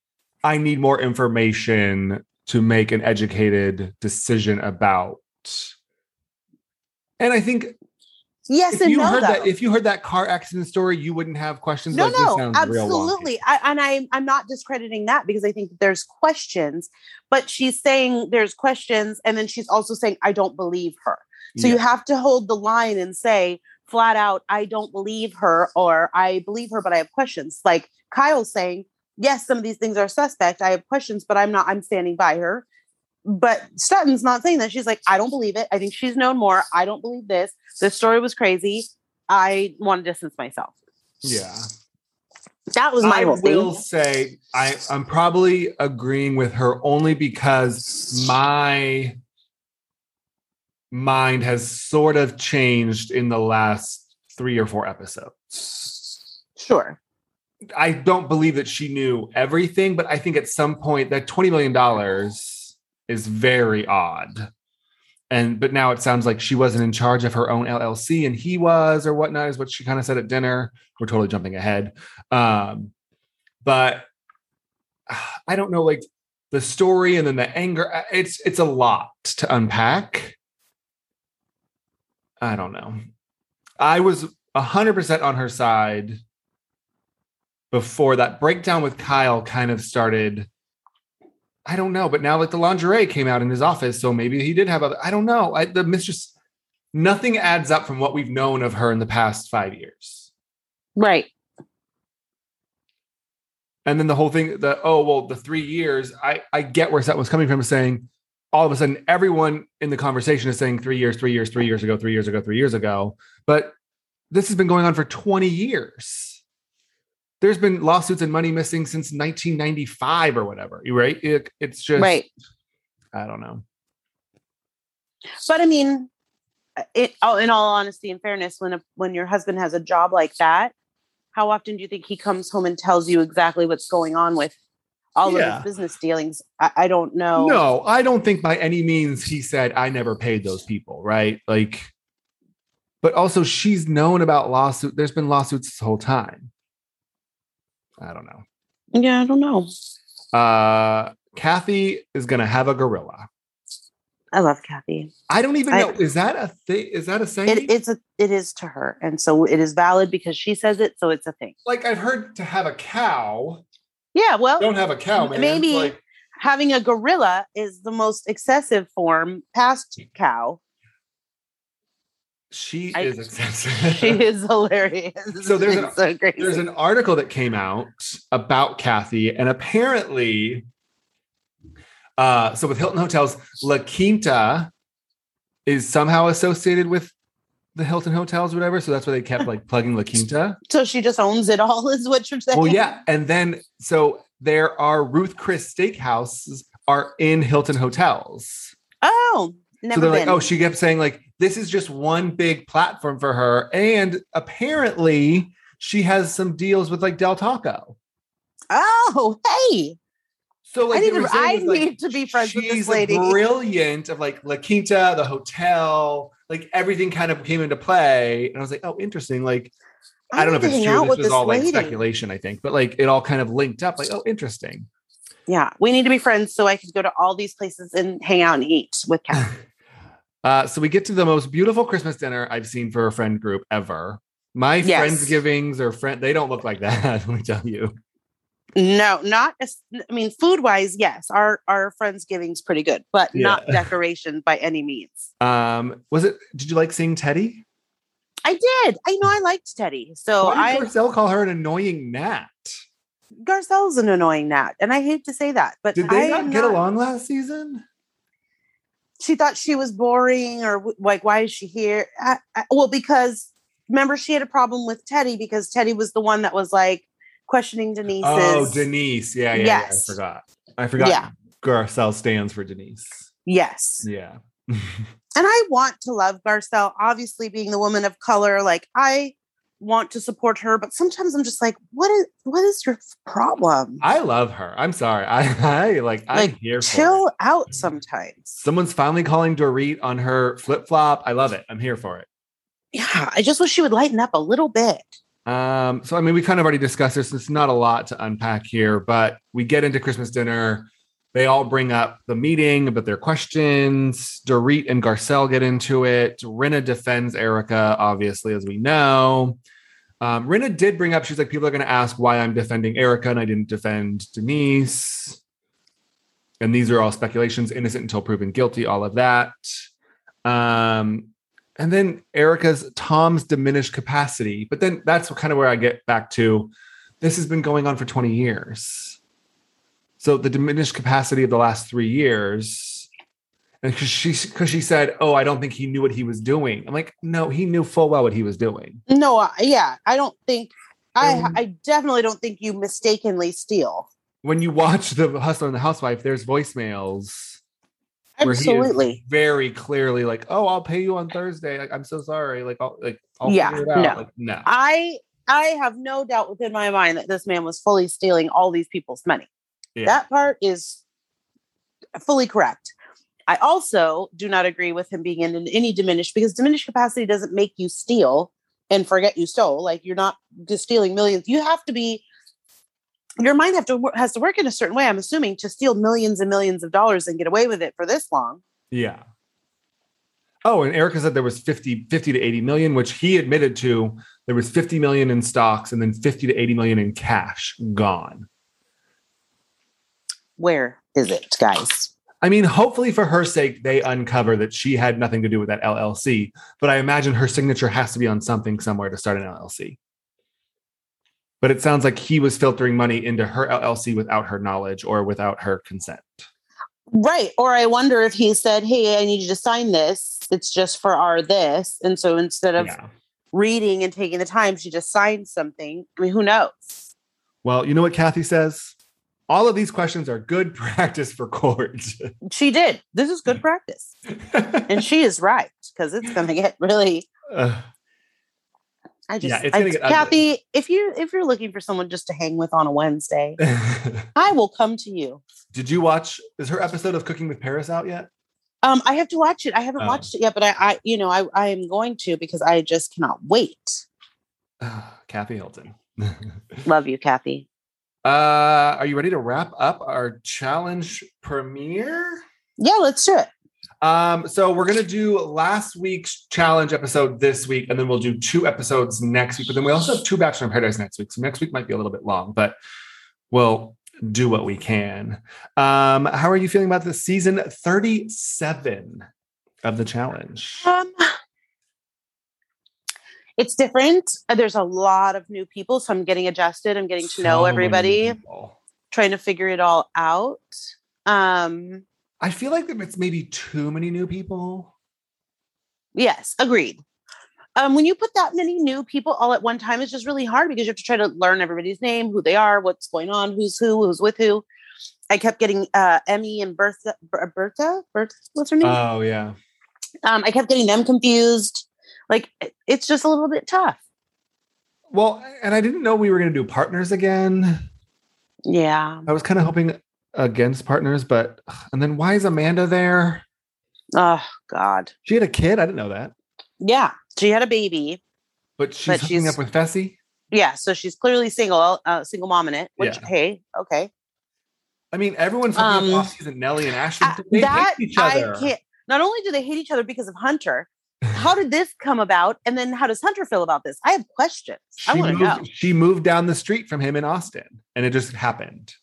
[SPEAKER 1] I need more information to make an educated decision about. And I think
[SPEAKER 2] yes
[SPEAKER 1] if
[SPEAKER 2] and
[SPEAKER 1] you
[SPEAKER 2] no
[SPEAKER 1] heard
[SPEAKER 2] though.
[SPEAKER 1] that if you heard that car accident story, you wouldn't have questions.
[SPEAKER 2] no
[SPEAKER 1] like, this
[SPEAKER 2] no
[SPEAKER 1] sounds real wonky.
[SPEAKER 2] absolutely I, and I, i'm not discrediting that because i think that there's questions but she's saying there's questions and then she's also saying i don't believe her so you
[SPEAKER 1] Yeah.
[SPEAKER 2] have to hold the line and say flat out i don't believe her or i believe her but i have questions like kyle's saying yes some of these things are suspect i have questions but i'm not i'm standing by her but Sutton's not saying that. She's like, I don't believe it. I think she's known more. I don't believe this. This story was crazy. I want to distance myself.
[SPEAKER 1] Yeah.
[SPEAKER 2] That was my
[SPEAKER 1] I
[SPEAKER 2] whole
[SPEAKER 1] will
[SPEAKER 2] thing.
[SPEAKER 1] say I, I'm probably agreeing with her only because my mind has sort of changed in the last three or four episodes.
[SPEAKER 2] Sure.
[SPEAKER 1] I don't believe that she knew everything, but I think at some point that $20 million is very odd. And but now it sounds like she wasn't in charge of her own LLC and he was, or whatnot, is what she kind of said at dinner. We're totally jumping ahead. Um, but ah, I don't know, like the story and then the anger. I- It's it's a lot to unpack. I don't know. I was hundred percent on her side before that breakdown with Kyle kind of started. I don't know, but now like the lingerie came out in his office, so maybe he did have other. I don't know. I, the mistress, nothing adds up from what we've known of her in the past five years.
[SPEAKER 2] Right.
[SPEAKER 1] And then the whole thing, the oh well, the three years. I I get where that was coming from, saying all of a sudden everyone in the conversation is saying three years, three years, three years ago, three years ago, three years ago. But this has been going on for twenty years. There's been lawsuits and money missing since 1995 or whatever. You right? It, it's just
[SPEAKER 2] Right.
[SPEAKER 1] I don't know.
[SPEAKER 2] But I mean, it, oh, in all honesty and fairness, when a, when your husband has a job like that, how often do you think he comes home and tells you exactly what's going on with all of
[SPEAKER 1] Yeah.
[SPEAKER 2] his business dealings? I, I don't know.
[SPEAKER 1] No, I don't think by any means he said I never paid those people, right? Like, but also she's known about lawsuit. There's been lawsuits this whole time. I don't know.
[SPEAKER 2] Yeah, I don't know.
[SPEAKER 1] Uh, Kathy is gonna have a gorilla.
[SPEAKER 2] I love Kathy.
[SPEAKER 1] I don't even
[SPEAKER 2] I-
[SPEAKER 1] know. Is that a thing? Is that a saying?
[SPEAKER 2] It, it's a it is to her, and so it is valid because she says it, so it's a thing.
[SPEAKER 1] like I've heard to have a cow.
[SPEAKER 2] Yeah, well,
[SPEAKER 1] Don't have a cow, man.
[SPEAKER 2] Oh, Maybe-
[SPEAKER 1] Like,
[SPEAKER 2] having a gorilla is the most excessive form past
[SPEAKER 1] <laughs>
[SPEAKER 2] cow.
[SPEAKER 1] she
[SPEAKER 2] I-
[SPEAKER 1] is <laughs> expensive.
[SPEAKER 2] She is hilarious.
[SPEAKER 1] So there's an-
[SPEAKER 2] <laughs> It's so crazy.
[SPEAKER 1] There's an article that came out about Kathy, and apparently, uh, so with Hilton Hotels, La Quinta is somehow associated with the Hilton hotels, whatever. So that's why they kept like plugging
[SPEAKER 2] <laughs>
[SPEAKER 1] La Quinta.
[SPEAKER 2] So she just owns it all, is what you're saying.
[SPEAKER 1] Well, yeah, and then so there are Ruth Chris steakhouses are in Hilton hotels.
[SPEAKER 2] Oh, never
[SPEAKER 1] so they're
[SPEAKER 2] been.
[SPEAKER 1] like, oh, she kept saying like this is just one big platform for her, and apparently she has some deals with like Del Taco.
[SPEAKER 2] oh, hey.
[SPEAKER 1] So like
[SPEAKER 2] I need
[SPEAKER 1] they were
[SPEAKER 2] to, I
[SPEAKER 1] saying, was, like,
[SPEAKER 2] need to be friends with this
[SPEAKER 1] she's
[SPEAKER 2] lady.
[SPEAKER 1] brilliant of like La Quinta, the hotel, like everything kind of came into play, and I was like, oh, interesting, like. I don't know
[SPEAKER 2] need
[SPEAKER 1] if
[SPEAKER 2] to
[SPEAKER 1] it's
[SPEAKER 2] hang
[SPEAKER 1] true.
[SPEAKER 2] out
[SPEAKER 1] This
[SPEAKER 2] with
[SPEAKER 1] was all like
[SPEAKER 2] lady.
[SPEAKER 1] speculation, I think, but like it all kind of linked up. Like, oh, interesting.
[SPEAKER 2] Yeah, we need to be friends so I could go to all these places and hang out and eat
[SPEAKER 1] <laughs>
[SPEAKER 2] with Kat.
[SPEAKER 1] Uh, so we get to the most beautiful Christmas dinner I've seen for a friend group ever. My
[SPEAKER 2] Yes.
[SPEAKER 1] friendsgivings or friend, they don't look like that. <laughs> Let me tell you.
[SPEAKER 2] no, not. as- I mean, food wise, yes, our our friendsgiving's pretty good, but
[SPEAKER 1] Yeah.
[SPEAKER 2] not decoration by any means.
[SPEAKER 1] Um, was it? Did you like seeing Teddy?
[SPEAKER 2] I did. I know I liked Teddy, so
[SPEAKER 1] Why
[SPEAKER 2] Oh, I
[SPEAKER 1] did Garcelle call her an annoying gnat?
[SPEAKER 2] Garcelle's an annoying gnat, and I hate to say that, but
[SPEAKER 1] Did they
[SPEAKER 2] I
[SPEAKER 1] not
[SPEAKER 2] am
[SPEAKER 1] get along last season?
[SPEAKER 2] She thought she was boring, or w- like, why is she here? I, I, well, because remember she had a problem with Teddy because Teddy was the one that was like questioning Denise's.
[SPEAKER 1] Oh, Denise. Yeah, yeah,
[SPEAKER 2] Yes.
[SPEAKER 1] yeah. I forgot. I forgot.
[SPEAKER 2] Yeah.
[SPEAKER 1] Garcelle stands for Denise.
[SPEAKER 2] yes,
[SPEAKER 1] Yeah.
[SPEAKER 2] and I want to love Garcelle, obviously being the woman of color, like I want to support her, but sometimes I'm just like, what is what is your problem?
[SPEAKER 1] I love her. I'm sorry. <laughs> I, I like, I'm
[SPEAKER 2] Like,
[SPEAKER 1] here for it.
[SPEAKER 2] Chill out sometimes.
[SPEAKER 1] Someone's finally calling Dorit on her flip flop. I love it. I'm here for it.
[SPEAKER 2] Yeah, I just wish she would lighten up a little bit.
[SPEAKER 1] Um, so I mean, we kind of already discussed this. It's not a lot to unpack here, but we get into Christmas dinner. They all bring up the meeting, but their questions. Dorit and Garcelle get into it. Rinna defends Erica, obviously, as we know. Um, Rinna did bring up, she's like, people are going to ask why I'm defending Erica and I didn't defend Denise. And these are all speculations, innocent until proven guilty, all of that. Um, and then Erica's Tom's diminished capacity. But then that's kind of where I get back to this has been going on for 20 years. So the diminished capacity of the last three years. And because she because she said, "Oh, I don't think he knew what he was doing." I'm like, "No, he knew full well what he was doing."
[SPEAKER 2] No, uh, yeah, I don't think I
[SPEAKER 1] Um,
[SPEAKER 2] I definitely don't think you mistakenly steal.
[SPEAKER 1] When you watch the Hustler and the Housewife, there's voicemails where he is
[SPEAKER 2] Absolutely.
[SPEAKER 1] very clearly like, "Oh, I'll pay you on Thursday. Like, I'm so sorry. Like, I'll like, I'll
[SPEAKER 2] Yeah,
[SPEAKER 1] figure it out."
[SPEAKER 2] no.
[SPEAKER 1] Like, no,
[SPEAKER 2] I I have no doubt within my mind that this man was fully stealing all these people's money.
[SPEAKER 1] Yeah.
[SPEAKER 2] That part is fully correct. I also do not agree with him being in any diminished because diminished capacity doesn't make you steal and forget you stole. Like you're not just stealing millions. You have to be your mind have to wor- has to work in a certain way. I'm assuming to steal millions and millions of dollars and get away with it for this long.
[SPEAKER 1] Yeah. Oh, and Erica said there was 50, 50 to 80 million, which he admitted to. There was 50 million in stocks and then 50 to 80 million in cash gone.
[SPEAKER 2] Where is it, guys?
[SPEAKER 1] I mean, hopefully for her sake, they uncover that she had nothing to do with that LLC, but I imagine her signature has to be on something somewhere to start an LLC. But it sounds like he was filtering money into her LLC without her knowledge or without her consent.
[SPEAKER 2] Right. Or I wonder if he said, Hey, I need you to sign this. It's just for our this. And so instead of
[SPEAKER 1] Yeah.
[SPEAKER 2] reading and taking the time, she just signed something. I mean, who knows?
[SPEAKER 1] Well, you know what Kathy says? All of these questions are good <laughs> practice for court. <laughs>
[SPEAKER 2] She did. This is good practice. And she is right because it's going to get <laughs> really.
[SPEAKER 1] <laughs> Uh,
[SPEAKER 2] I just,
[SPEAKER 1] Yeah, it's
[SPEAKER 2] I-
[SPEAKER 1] gonna get ugly.
[SPEAKER 2] Kathy, if you if you're looking for someone just to hang with on a Wednesday, I will come to you.
[SPEAKER 1] Did you watch? Is her episode of Cooking with Paris out yet?
[SPEAKER 2] Um, I have to watch it. I haven't
[SPEAKER 1] Oh.
[SPEAKER 2] watched it yet, but I, I, you know, I, I am going to because I just cannot wait.
[SPEAKER 1] <sighs> Kathy <laughs> Hilton.
[SPEAKER 2] Love you, Kathy.
[SPEAKER 1] uh, are you ready to wrap up our challenge premiere?
[SPEAKER 2] Yeah, let's do it.
[SPEAKER 1] Um, so we're gonna do last week's challenge episode this week, and then we'll do two episodes next week. But then we also have two Bachelor in Paradise next week, so next week might be a little bit long, but we'll do what we can. Um, how are you feeling about the season thirty-seven of the challenge?
[SPEAKER 2] Um, it's different. Uh, There's a lot of new people, so I'm getting adjusted. I'm getting to know
[SPEAKER 1] So many
[SPEAKER 2] everybody,
[SPEAKER 1] people.
[SPEAKER 2] trying to figure it all out. Um,
[SPEAKER 1] I feel like that it's maybe too many new people.
[SPEAKER 2] yes, agreed. um, when you put that many new people all at one time, it's just really hard because you have to try to learn everybody's name, who they are, what's going on, who's who, who's with who. I kept getting uh, Emmy and Bertha, Ber- Bertha, Bertha, what's her name?
[SPEAKER 1] Oh yeah.
[SPEAKER 2] um, I kept getting them confused. Like it- it's just a little bit tough.
[SPEAKER 1] Well, and I didn't know we were going to do partners again.
[SPEAKER 2] Yeah.
[SPEAKER 1] I was kind of hoping against partners, but and then why is Amanda there?
[SPEAKER 2] Oh God.
[SPEAKER 1] She had a kid. I didn't know that,
[SPEAKER 2] Yeah. She had a baby.
[SPEAKER 1] but she's
[SPEAKER 2] But
[SPEAKER 1] hooking
[SPEAKER 2] she's-
[SPEAKER 1] up with Fessy.
[SPEAKER 2] Yeah. So she's clearly single, uh, single mom in it. Which
[SPEAKER 1] Yeah.
[SPEAKER 2] hey, okay.
[SPEAKER 1] I mean, everyone's hooking
[SPEAKER 2] Um,
[SPEAKER 1] up off season. Nelly and Ashley.
[SPEAKER 2] Uh,
[SPEAKER 1] they
[SPEAKER 2] that
[SPEAKER 1] hate each
[SPEAKER 2] I
[SPEAKER 1] other.
[SPEAKER 2] can't. Not only do they hate each other because of Hunter, <laughs> how did this come about? And then how does Hunter feel about this? I have questions. I
[SPEAKER 1] She
[SPEAKER 2] want to
[SPEAKER 1] moved-
[SPEAKER 2] know.
[SPEAKER 1] She moved down the street from him in Austin, and it just happened.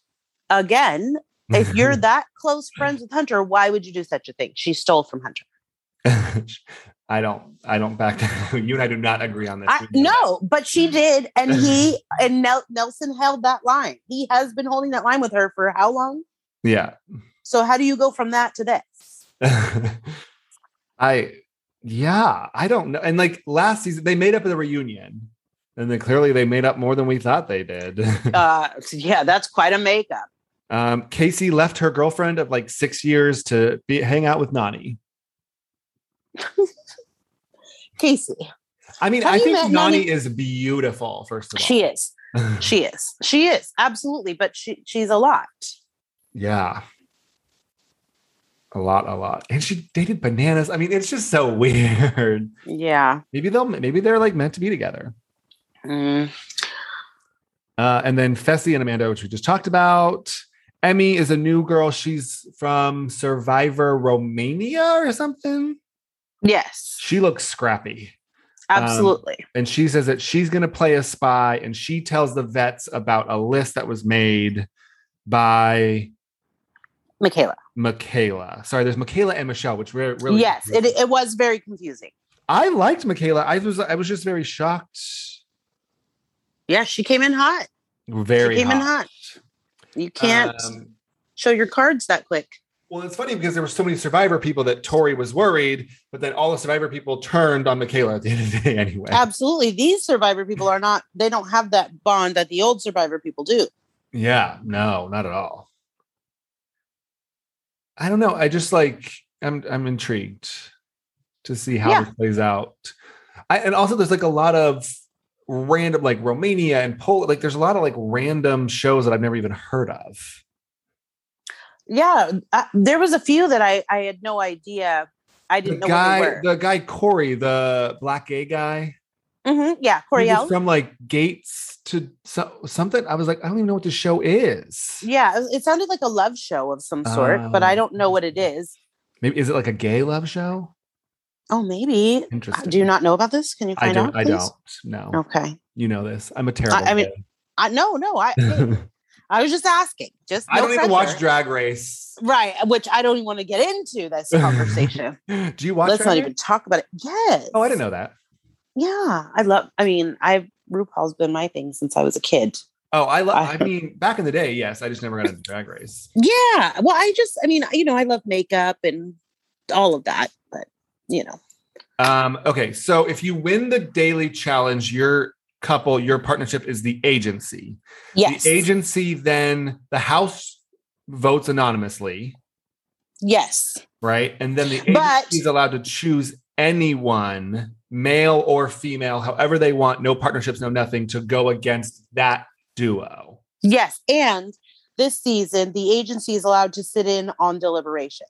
[SPEAKER 2] Again, if <laughs> you're that close friends with Hunter, why would you do such a thing? She stole from Hunter.
[SPEAKER 1] <laughs> I don't, I don't back <laughs> down. You and I do not agree on this.
[SPEAKER 2] I,
[SPEAKER 1] You know that.
[SPEAKER 2] no, but <laughs> she did, and he <laughs> and Nel- Nelson held that line. He has been holding that line with her for how long?
[SPEAKER 1] Yeah.
[SPEAKER 2] So how do you go from that to this?
[SPEAKER 1] <laughs> I yeah, I don't know. And like last season, they made up at the reunion. And then clearly they made up more than we thought they did.
[SPEAKER 2] Uh, yeah, that's quite a makeup.
[SPEAKER 1] <laughs> um, Casey left her girlfriend of like six years to be hang out with Nani.
[SPEAKER 2] Casey,
[SPEAKER 1] I mean,
[SPEAKER 2] Have
[SPEAKER 1] I
[SPEAKER 2] you
[SPEAKER 1] think
[SPEAKER 2] met
[SPEAKER 1] Nani,
[SPEAKER 2] Nani?
[SPEAKER 1] is beautiful, first of all.
[SPEAKER 2] she is, she is, she is absolutely, but she she's a lot.
[SPEAKER 1] <laughs> yeah. A lot, a lot. And she dated bananas. I mean, it's just so <laughs> weird.
[SPEAKER 2] Yeah.
[SPEAKER 1] Maybe they'll maybe they're like meant to be together.
[SPEAKER 2] Mm.
[SPEAKER 1] Uh, and then Fessy and Amanda, which we just talked about. Emmy is a new girl. She's from Survivor Romania or something.
[SPEAKER 2] Yes,
[SPEAKER 1] She looks scrappy.
[SPEAKER 2] absolutely.
[SPEAKER 1] And she says that she's going to play a spy. And she tells the vets about a list that was made by
[SPEAKER 2] Michaela.
[SPEAKER 1] Michaela. Sorry, there's Michaela and Michelle, which re- really.
[SPEAKER 2] yes, it, it was very confusing.
[SPEAKER 1] I liked Michaela. I was I was just very shocked.
[SPEAKER 2] Yeah, she came in hot.
[SPEAKER 1] Very
[SPEAKER 2] She came in
[SPEAKER 1] hot.
[SPEAKER 2] You can't
[SPEAKER 1] Um,
[SPEAKER 2] show your cards that quick.
[SPEAKER 1] Well, it's funny because there were so many survivor people that Tori was worried, but then all the survivor people turned on Michaela at the end of the day <laughs> anyway.
[SPEAKER 2] Absolutely. These survivor people are not, they don't have that bond that the old survivor people do.
[SPEAKER 1] yeah, no, not at all. I don't know. I just like I'm I'm intrigued to see how
[SPEAKER 2] Yeah.
[SPEAKER 1] this plays out. I and also there's like a lot of random like Romania and Poland, like there's a lot of like random shows that I've never even heard of.
[SPEAKER 2] Yeah. I, there was a few that I, I had no idea. I
[SPEAKER 1] The
[SPEAKER 2] didn't know
[SPEAKER 1] guy,
[SPEAKER 2] what they were.
[SPEAKER 1] the guy Corey, the black gay guy.
[SPEAKER 2] Mhm, Yeah.
[SPEAKER 1] He was
[SPEAKER 2] Coriel.
[SPEAKER 1] from like Gates to so, something. I was like, I don't even know what the show is.
[SPEAKER 2] yeah. It, it sounded like a love show of some sort, but I
[SPEAKER 1] Oh.
[SPEAKER 2] don't know what it is.
[SPEAKER 1] Maybe is it like a gay love show?
[SPEAKER 2] Oh, maybe.
[SPEAKER 1] Interesting.
[SPEAKER 2] Do you not know about this? Can you
[SPEAKER 1] I
[SPEAKER 2] find
[SPEAKER 1] don't.
[SPEAKER 2] out?
[SPEAKER 1] I
[SPEAKER 2] please?
[SPEAKER 1] don't. No,
[SPEAKER 2] Okay.
[SPEAKER 1] you know this. I'm a terrible.
[SPEAKER 2] I
[SPEAKER 1] <laughs>
[SPEAKER 2] mean, I, no, no. I, hey,
[SPEAKER 1] gay.
[SPEAKER 2] I was just asking. Just
[SPEAKER 1] I
[SPEAKER 2] no
[SPEAKER 1] don't even watch
[SPEAKER 2] pressure.
[SPEAKER 1] Drag Race.
[SPEAKER 2] Right. uh, Which I don't even want to get
[SPEAKER 1] <laughs>
[SPEAKER 2] into this conversation.
[SPEAKER 1] Do you watch?
[SPEAKER 2] Let's
[SPEAKER 1] Drag
[SPEAKER 2] not
[SPEAKER 1] Race?
[SPEAKER 2] even talk about it. Yes.
[SPEAKER 1] Oh, I didn't know that.
[SPEAKER 2] Yeah, I love. I mean, I've RuPaul's been my thing since I was a kid.
[SPEAKER 1] Oh, I love.
[SPEAKER 2] I-
[SPEAKER 1] I mean, back in the day, yes. I just never got into Drag Race.
[SPEAKER 2] Yeah. Well, I just, I mean, you know, I love makeup and all of that, but you know,
[SPEAKER 1] Um, okay, so if you win the daily challenge, your couple, your partnership is the agency.
[SPEAKER 2] yes,
[SPEAKER 1] The agency then the House votes anonymously,
[SPEAKER 2] yes,
[SPEAKER 1] right? And then the agency
[SPEAKER 2] But-
[SPEAKER 1] is allowed to choose anyone, male or female, however they want, no partnerships, no nothing, to go against that duo.
[SPEAKER 2] yes. And this season, the agency is allowed to sit in on deliberation.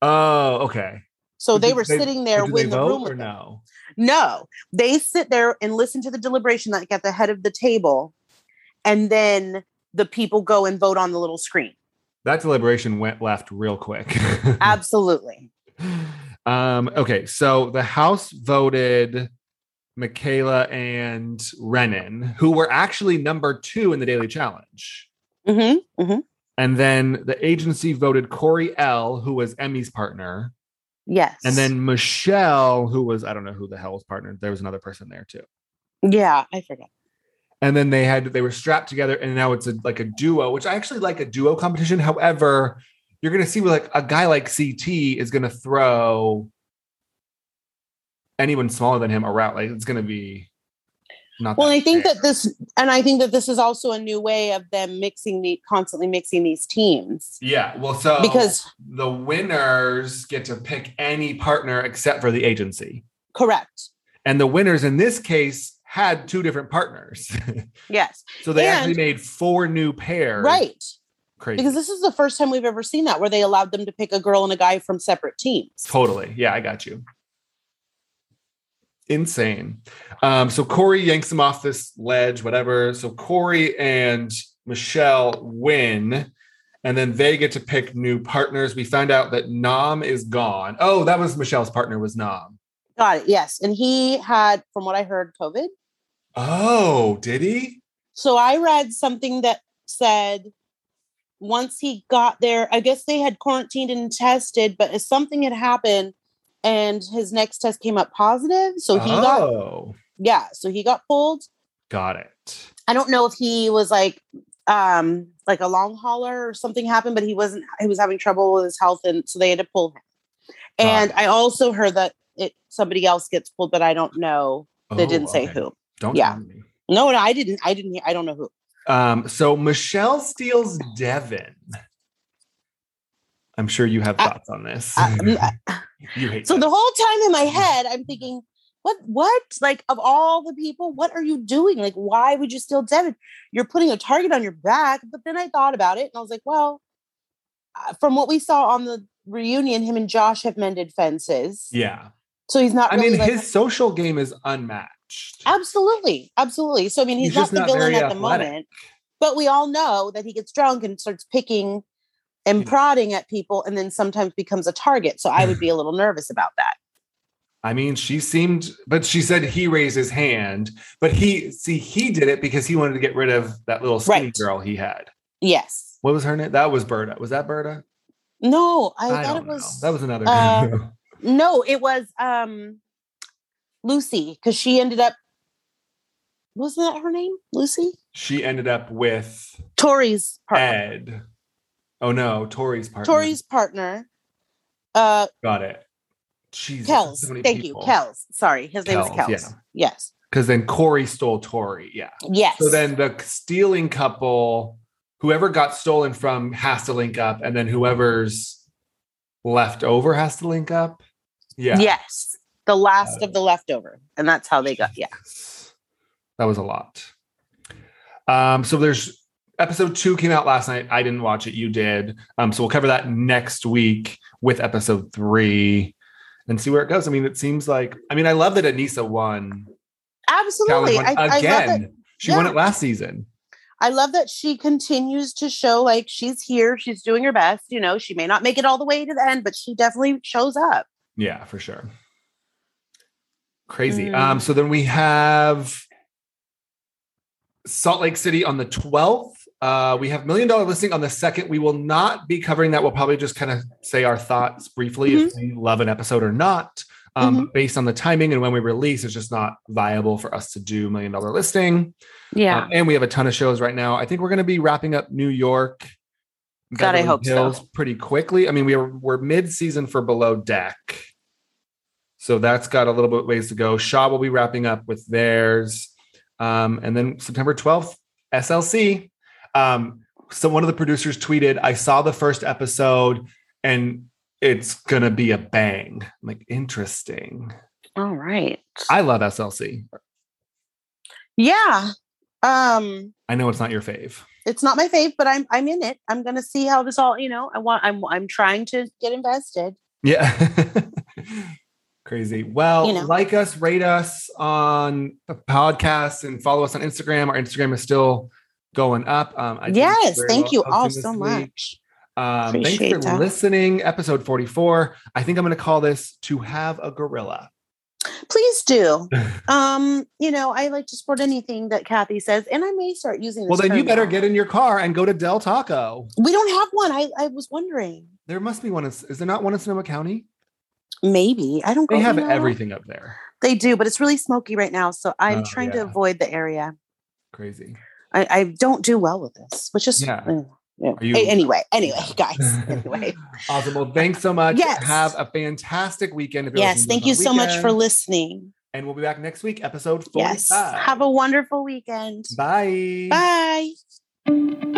[SPEAKER 1] Oh, okay.
[SPEAKER 2] So
[SPEAKER 1] But
[SPEAKER 2] they
[SPEAKER 1] do
[SPEAKER 2] were
[SPEAKER 1] they-
[SPEAKER 2] sitting
[SPEAKER 1] But
[SPEAKER 2] there
[SPEAKER 1] do
[SPEAKER 2] with
[SPEAKER 1] they
[SPEAKER 2] the room.
[SPEAKER 1] vote or
[SPEAKER 2] with them.
[SPEAKER 1] no?
[SPEAKER 2] No, they sit there and listen to the deliberation like at the head of the table, and then the people go and vote on the little screen.
[SPEAKER 1] That deliberation went left real quick.
[SPEAKER 2] Absolutely.
[SPEAKER 1] <laughs> um, okay, so the House voted Michaela and Renan, who were actually number two in the Daily Challenge.
[SPEAKER 2] hmm
[SPEAKER 1] And then the agency voted Corey L, who was Emmy's partner,
[SPEAKER 2] Yes.
[SPEAKER 1] and then Michelle, who was I don't know who the hell was partnered. There was another person there too.
[SPEAKER 2] Yeah, I forget.
[SPEAKER 1] And then they had they were strapped together, and now it's a, like a duo, which I actually like a duo competition. However, you're gonna see like a guy like CT is gonna throw anyone smaller than him around. Like it's gonna be not.
[SPEAKER 2] Well,
[SPEAKER 1] that
[SPEAKER 2] I think
[SPEAKER 1] fair.
[SPEAKER 2] that this, and I think that this is also a new way of them mixing the constantly mixing these teams
[SPEAKER 1] Yeah. Well, so
[SPEAKER 2] because
[SPEAKER 1] the winners get to pick any partner except for the agency,
[SPEAKER 2] correct,
[SPEAKER 1] and the winners in this case had two different partners,
[SPEAKER 2] yes,
[SPEAKER 1] so they
[SPEAKER 2] And-
[SPEAKER 1] actually made four new pairs.
[SPEAKER 2] right.
[SPEAKER 1] Crazy.
[SPEAKER 2] Because this is the first time we've ever seen that where they allowed them to pick a girl and a guy from separate teams.
[SPEAKER 1] Totally. Yeah, I got you. Insane. Um, so Corey yanks him off this ledge, whatever. So Corey and Michelle win, and then they get to pick new partners. We found out that Nam is gone. Oh, that was Michelle's partner was Nam.
[SPEAKER 2] Got it. Yes, and he had, from what I heard, COVID.
[SPEAKER 1] Oh, did he?
[SPEAKER 2] So I read something that said once he got there, I guess they had quarantined and tested, but if something had happened and his next test came up positive, so he got
[SPEAKER 1] oh,
[SPEAKER 2] yeah, so he got pulled.
[SPEAKER 1] got it.
[SPEAKER 2] I don't know if he was like um like a long hauler or something happened, but he wasn't he was having trouble with his health and so they had to pull him.
[SPEAKER 1] Got
[SPEAKER 2] And I also heard that it somebody else gets pulled, but I don't know. They
[SPEAKER 1] Oh,
[SPEAKER 2] didn't say
[SPEAKER 1] okay.
[SPEAKER 2] who.
[SPEAKER 1] Don't
[SPEAKER 2] Yeah.
[SPEAKER 1] tell me.
[SPEAKER 2] No, no, I didn't. I didn't. hear- I don't know who.
[SPEAKER 1] Um, so Michelle steals Devin. I'm sure you have
[SPEAKER 2] I-
[SPEAKER 1] thoughts on this. <laughs>
[SPEAKER 2] I- mm,
[SPEAKER 1] you hate
[SPEAKER 2] So
[SPEAKER 1] that.
[SPEAKER 2] the whole time in my head, I'm thinking, what, what? Like, of all the people, what are you doing? Like, why would you steal Devin? You're putting a target on your back. But then I thought about it and I was like, well, uh, from what we saw on the reunion, him and Josh have mended fences.
[SPEAKER 1] yeah.
[SPEAKER 2] So he's not
[SPEAKER 1] I
[SPEAKER 2] really
[SPEAKER 1] mean,
[SPEAKER 2] like,
[SPEAKER 1] his social game is unmatched.
[SPEAKER 2] absolutely, absolutely. So, I mean, he's,
[SPEAKER 1] He's just
[SPEAKER 2] not
[SPEAKER 1] not
[SPEAKER 2] the villain
[SPEAKER 1] very
[SPEAKER 2] at the
[SPEAKER 1] athletic.
[SPEAKER 2] moment, but we all know that he gets drunk and starts picking and
[SPEAKER 1] Yeah.
[SPEAKER 2] prodding at people and then sometimes becomes a target. So I would be a little nervous about that.
[SPEAKER 1] I mean, she seemed, but she said he raised his hand, but he, see, he did it because he wanted to get rid of that little skinny
[SPEAKER 2] Right.
[SPEAKER 1] girl he had.
[SPEAKER 2] Yes.
[SPEAKER 1] What was her name? That was Berta. Was that Berta?
[SPEAKER 2] No, I, thought
[SPEAKER 1] don't
[SPEAKER 2] it was
[SPEAKER 1] know. That was another.
[SPEAKER 2] uh, no, it was um Lucy because she ended up wasn't that her name? Lucy?
[SPEAKER 1] <laughs> she ended up with
[SPEAKER 2] Tori's partner.
[SPEAKER 1] Ed. Oh no, Tori's partner.
[SPEAKER 2] Tori's partner. Uh
[SPEAKER 1] got it. Jesus,
[SPEAKER 2] Kells. Thank you. Kells. Sorry. His name is
[SPEAKER 1] Kells, yeah.
[SPEAKER 2] Kells. Yes.
[SPEAKER 1] Because then Corey stole Tori. Yeah.
[SPEAKER 2] Yes.
[SPEAKER 1] So then the stealing couple, whoever got stolen from has to link up, and then whoever's left over has to link up. Yeah. Uh,
[SPEAKER 2] Yes. The last of the leftover. And that's how they got yeah.
[SPEAKER 1] That was a lot. Um, so there's episode two came out last night. I didn't watch it. You did. Um, so we'll cover that next week with episode three and see where it goes. I mean, it seems like, I mean, I love that Anissa won challenge
[SPEAKER 2] Absolutely. I,
[SPEAKER 1] one
[SPEAKER 2] I love
[SPEAKER 1] again.
[SPEAKER 2] that.
[SPEAKER 1] she won
[SPEAKER 2] Yeah.
[SPEAKER 1] it last season.
[SPEAKER 2] I love that she continues to show like she's here, she's doing her best. You know, she may not make it all the way to the end, but she definitely shows up.
[SPEAKER 1] Yeah, for sure. Crazy.
[SPEAKER 2] Mm.
[SPEAKER 1] Um, so then we have Salt Lake City on the 12th. Uh, we have Million Dollar Listing on the 2nd. We will not be covering that. We'll probably just kind of say our thoughts briefly if we love an episode or not. Um,
[SPEAKER 2] Mm-hmm.
[SPEAKER 1] but Based on the timing and when we release, it's just not viable for us to do Million Dollar Listing. Um, and we have a ton of shows right now. I think we're going to be wrapping up New York.
[SPEAKER 2] God, I
[SPEAKER 1] Beverly
[SPEAKER 2] hope so.
[SPEAKER 1] Hills Pretty quickly. I mean, we are we're mid season for Below Deck, so that's got a little bit ways to go. Shaw will be wrapping up with theirs, um, and then September twelfth, SLC. Um, so one of the producers tweeted, "I saw the first episode, and it's gonna be a bang." I'm like, interesting.
[SPEAKER 2] All right.
[SPEAKER 1] I love SLC.
[SPEAKER 2] yeah. Um,
[SPEAKER 1] I know it's not your fave.
[SPEAKER 2] it's not my fave, but I'm I'm in it. I'm gonna see how this all, you know, I want I'm I'm trying to get invested.
[SPEAKER 1] Yeah. <laughs> Crazy. Well,
[SPEAKER 2] You know.
[SPEAKER 1] like us, rate us on podcasts and follow us on Instagram. Our Instagram is still going up. Um, I did
[SPEAKER 2] yes,
[SPEAKER 1] very
[SPEAKER 2] thank
[SPEAKER 1] well
[SPEAKER 2] you all
[SPEAKER 1] posting
[SPEAKER 2] so
[SPEAKER 1] this week.
[SPEAKER 2] much.
[SPEAKER 1] Um, thanks for
[SPEAKER 2] Appreciate that.
[SPEAKER 1] listening. Episode 44. I think I'm going to call this To Have a Gorilla.
[SPEAKER 2] Please
[SPEAKER 1] <laughs>
[SPEAKER 2] do. um, you know, I like to support anything that Kathy says, and I may start using this.
[SPEAKER 1] Well, then
[SPEAKER 2] term
[SPEAKER 1] you better
[SPEAKER 2] now.
[SPEAKER 1] get in your car and go to Del Taco.
[SPEAKER 2] we don't have one. I, I was wondering.
[SPEAKER 1] There must be one. In, is there not one in Sonoma County?
[SPEAKER 2] Maybe. I don't
[SPEAKER 1] They
[SPEAKER 2] go
[SPEAKER 1] have
[SPEAKER 2] there.
[SPEAKER 1] everything up there.
[SPEAKER 2] They do, but it's really smoky right now. So I'm
[SPEAKER 1] Oh,
[SPEAKER 2] trying
[SPEAKER 1] yeah.
[SPEAKER 2] to avoid the area.
[SPEAKER 1] Crazy.
[SPEAKER 2] I, I don't do well with this, which is
[SPEAKER 1] Yeah.
[SPEAKER 2] mm, Yeah.
[SPEAKER 1] Are you-
[SPEAKER 2] A- anyway, anyway, <laughs>
[SPEAKER 1] <laughs>
[SPEAKER 2] guys. Anyway.
[SPEAKER 1] Awesome. Well, thanks so much.
[SPEAKER 2] Yes.
[SPEAKER 1] Have a fantastic weekend. if you're
[SPEAKER 2] yes.
[SPEAKER 1] listening to
[SPEAKER 2] Thank
[SPEAKER 1] this
[SPEAKER 2] you
[SPEAKER 1] on
[SPEAKER 2] so much for
[SPEAKER 1] weekend.
[SPEAKER 2] listening.
[SPEAKER 1] And we'll be back next week, episode 45.
[SPEAKER 2] Yes. Have a wonderful weekend.
[SPEAKER 1] Bye.
[SPEAKER 2] Bye.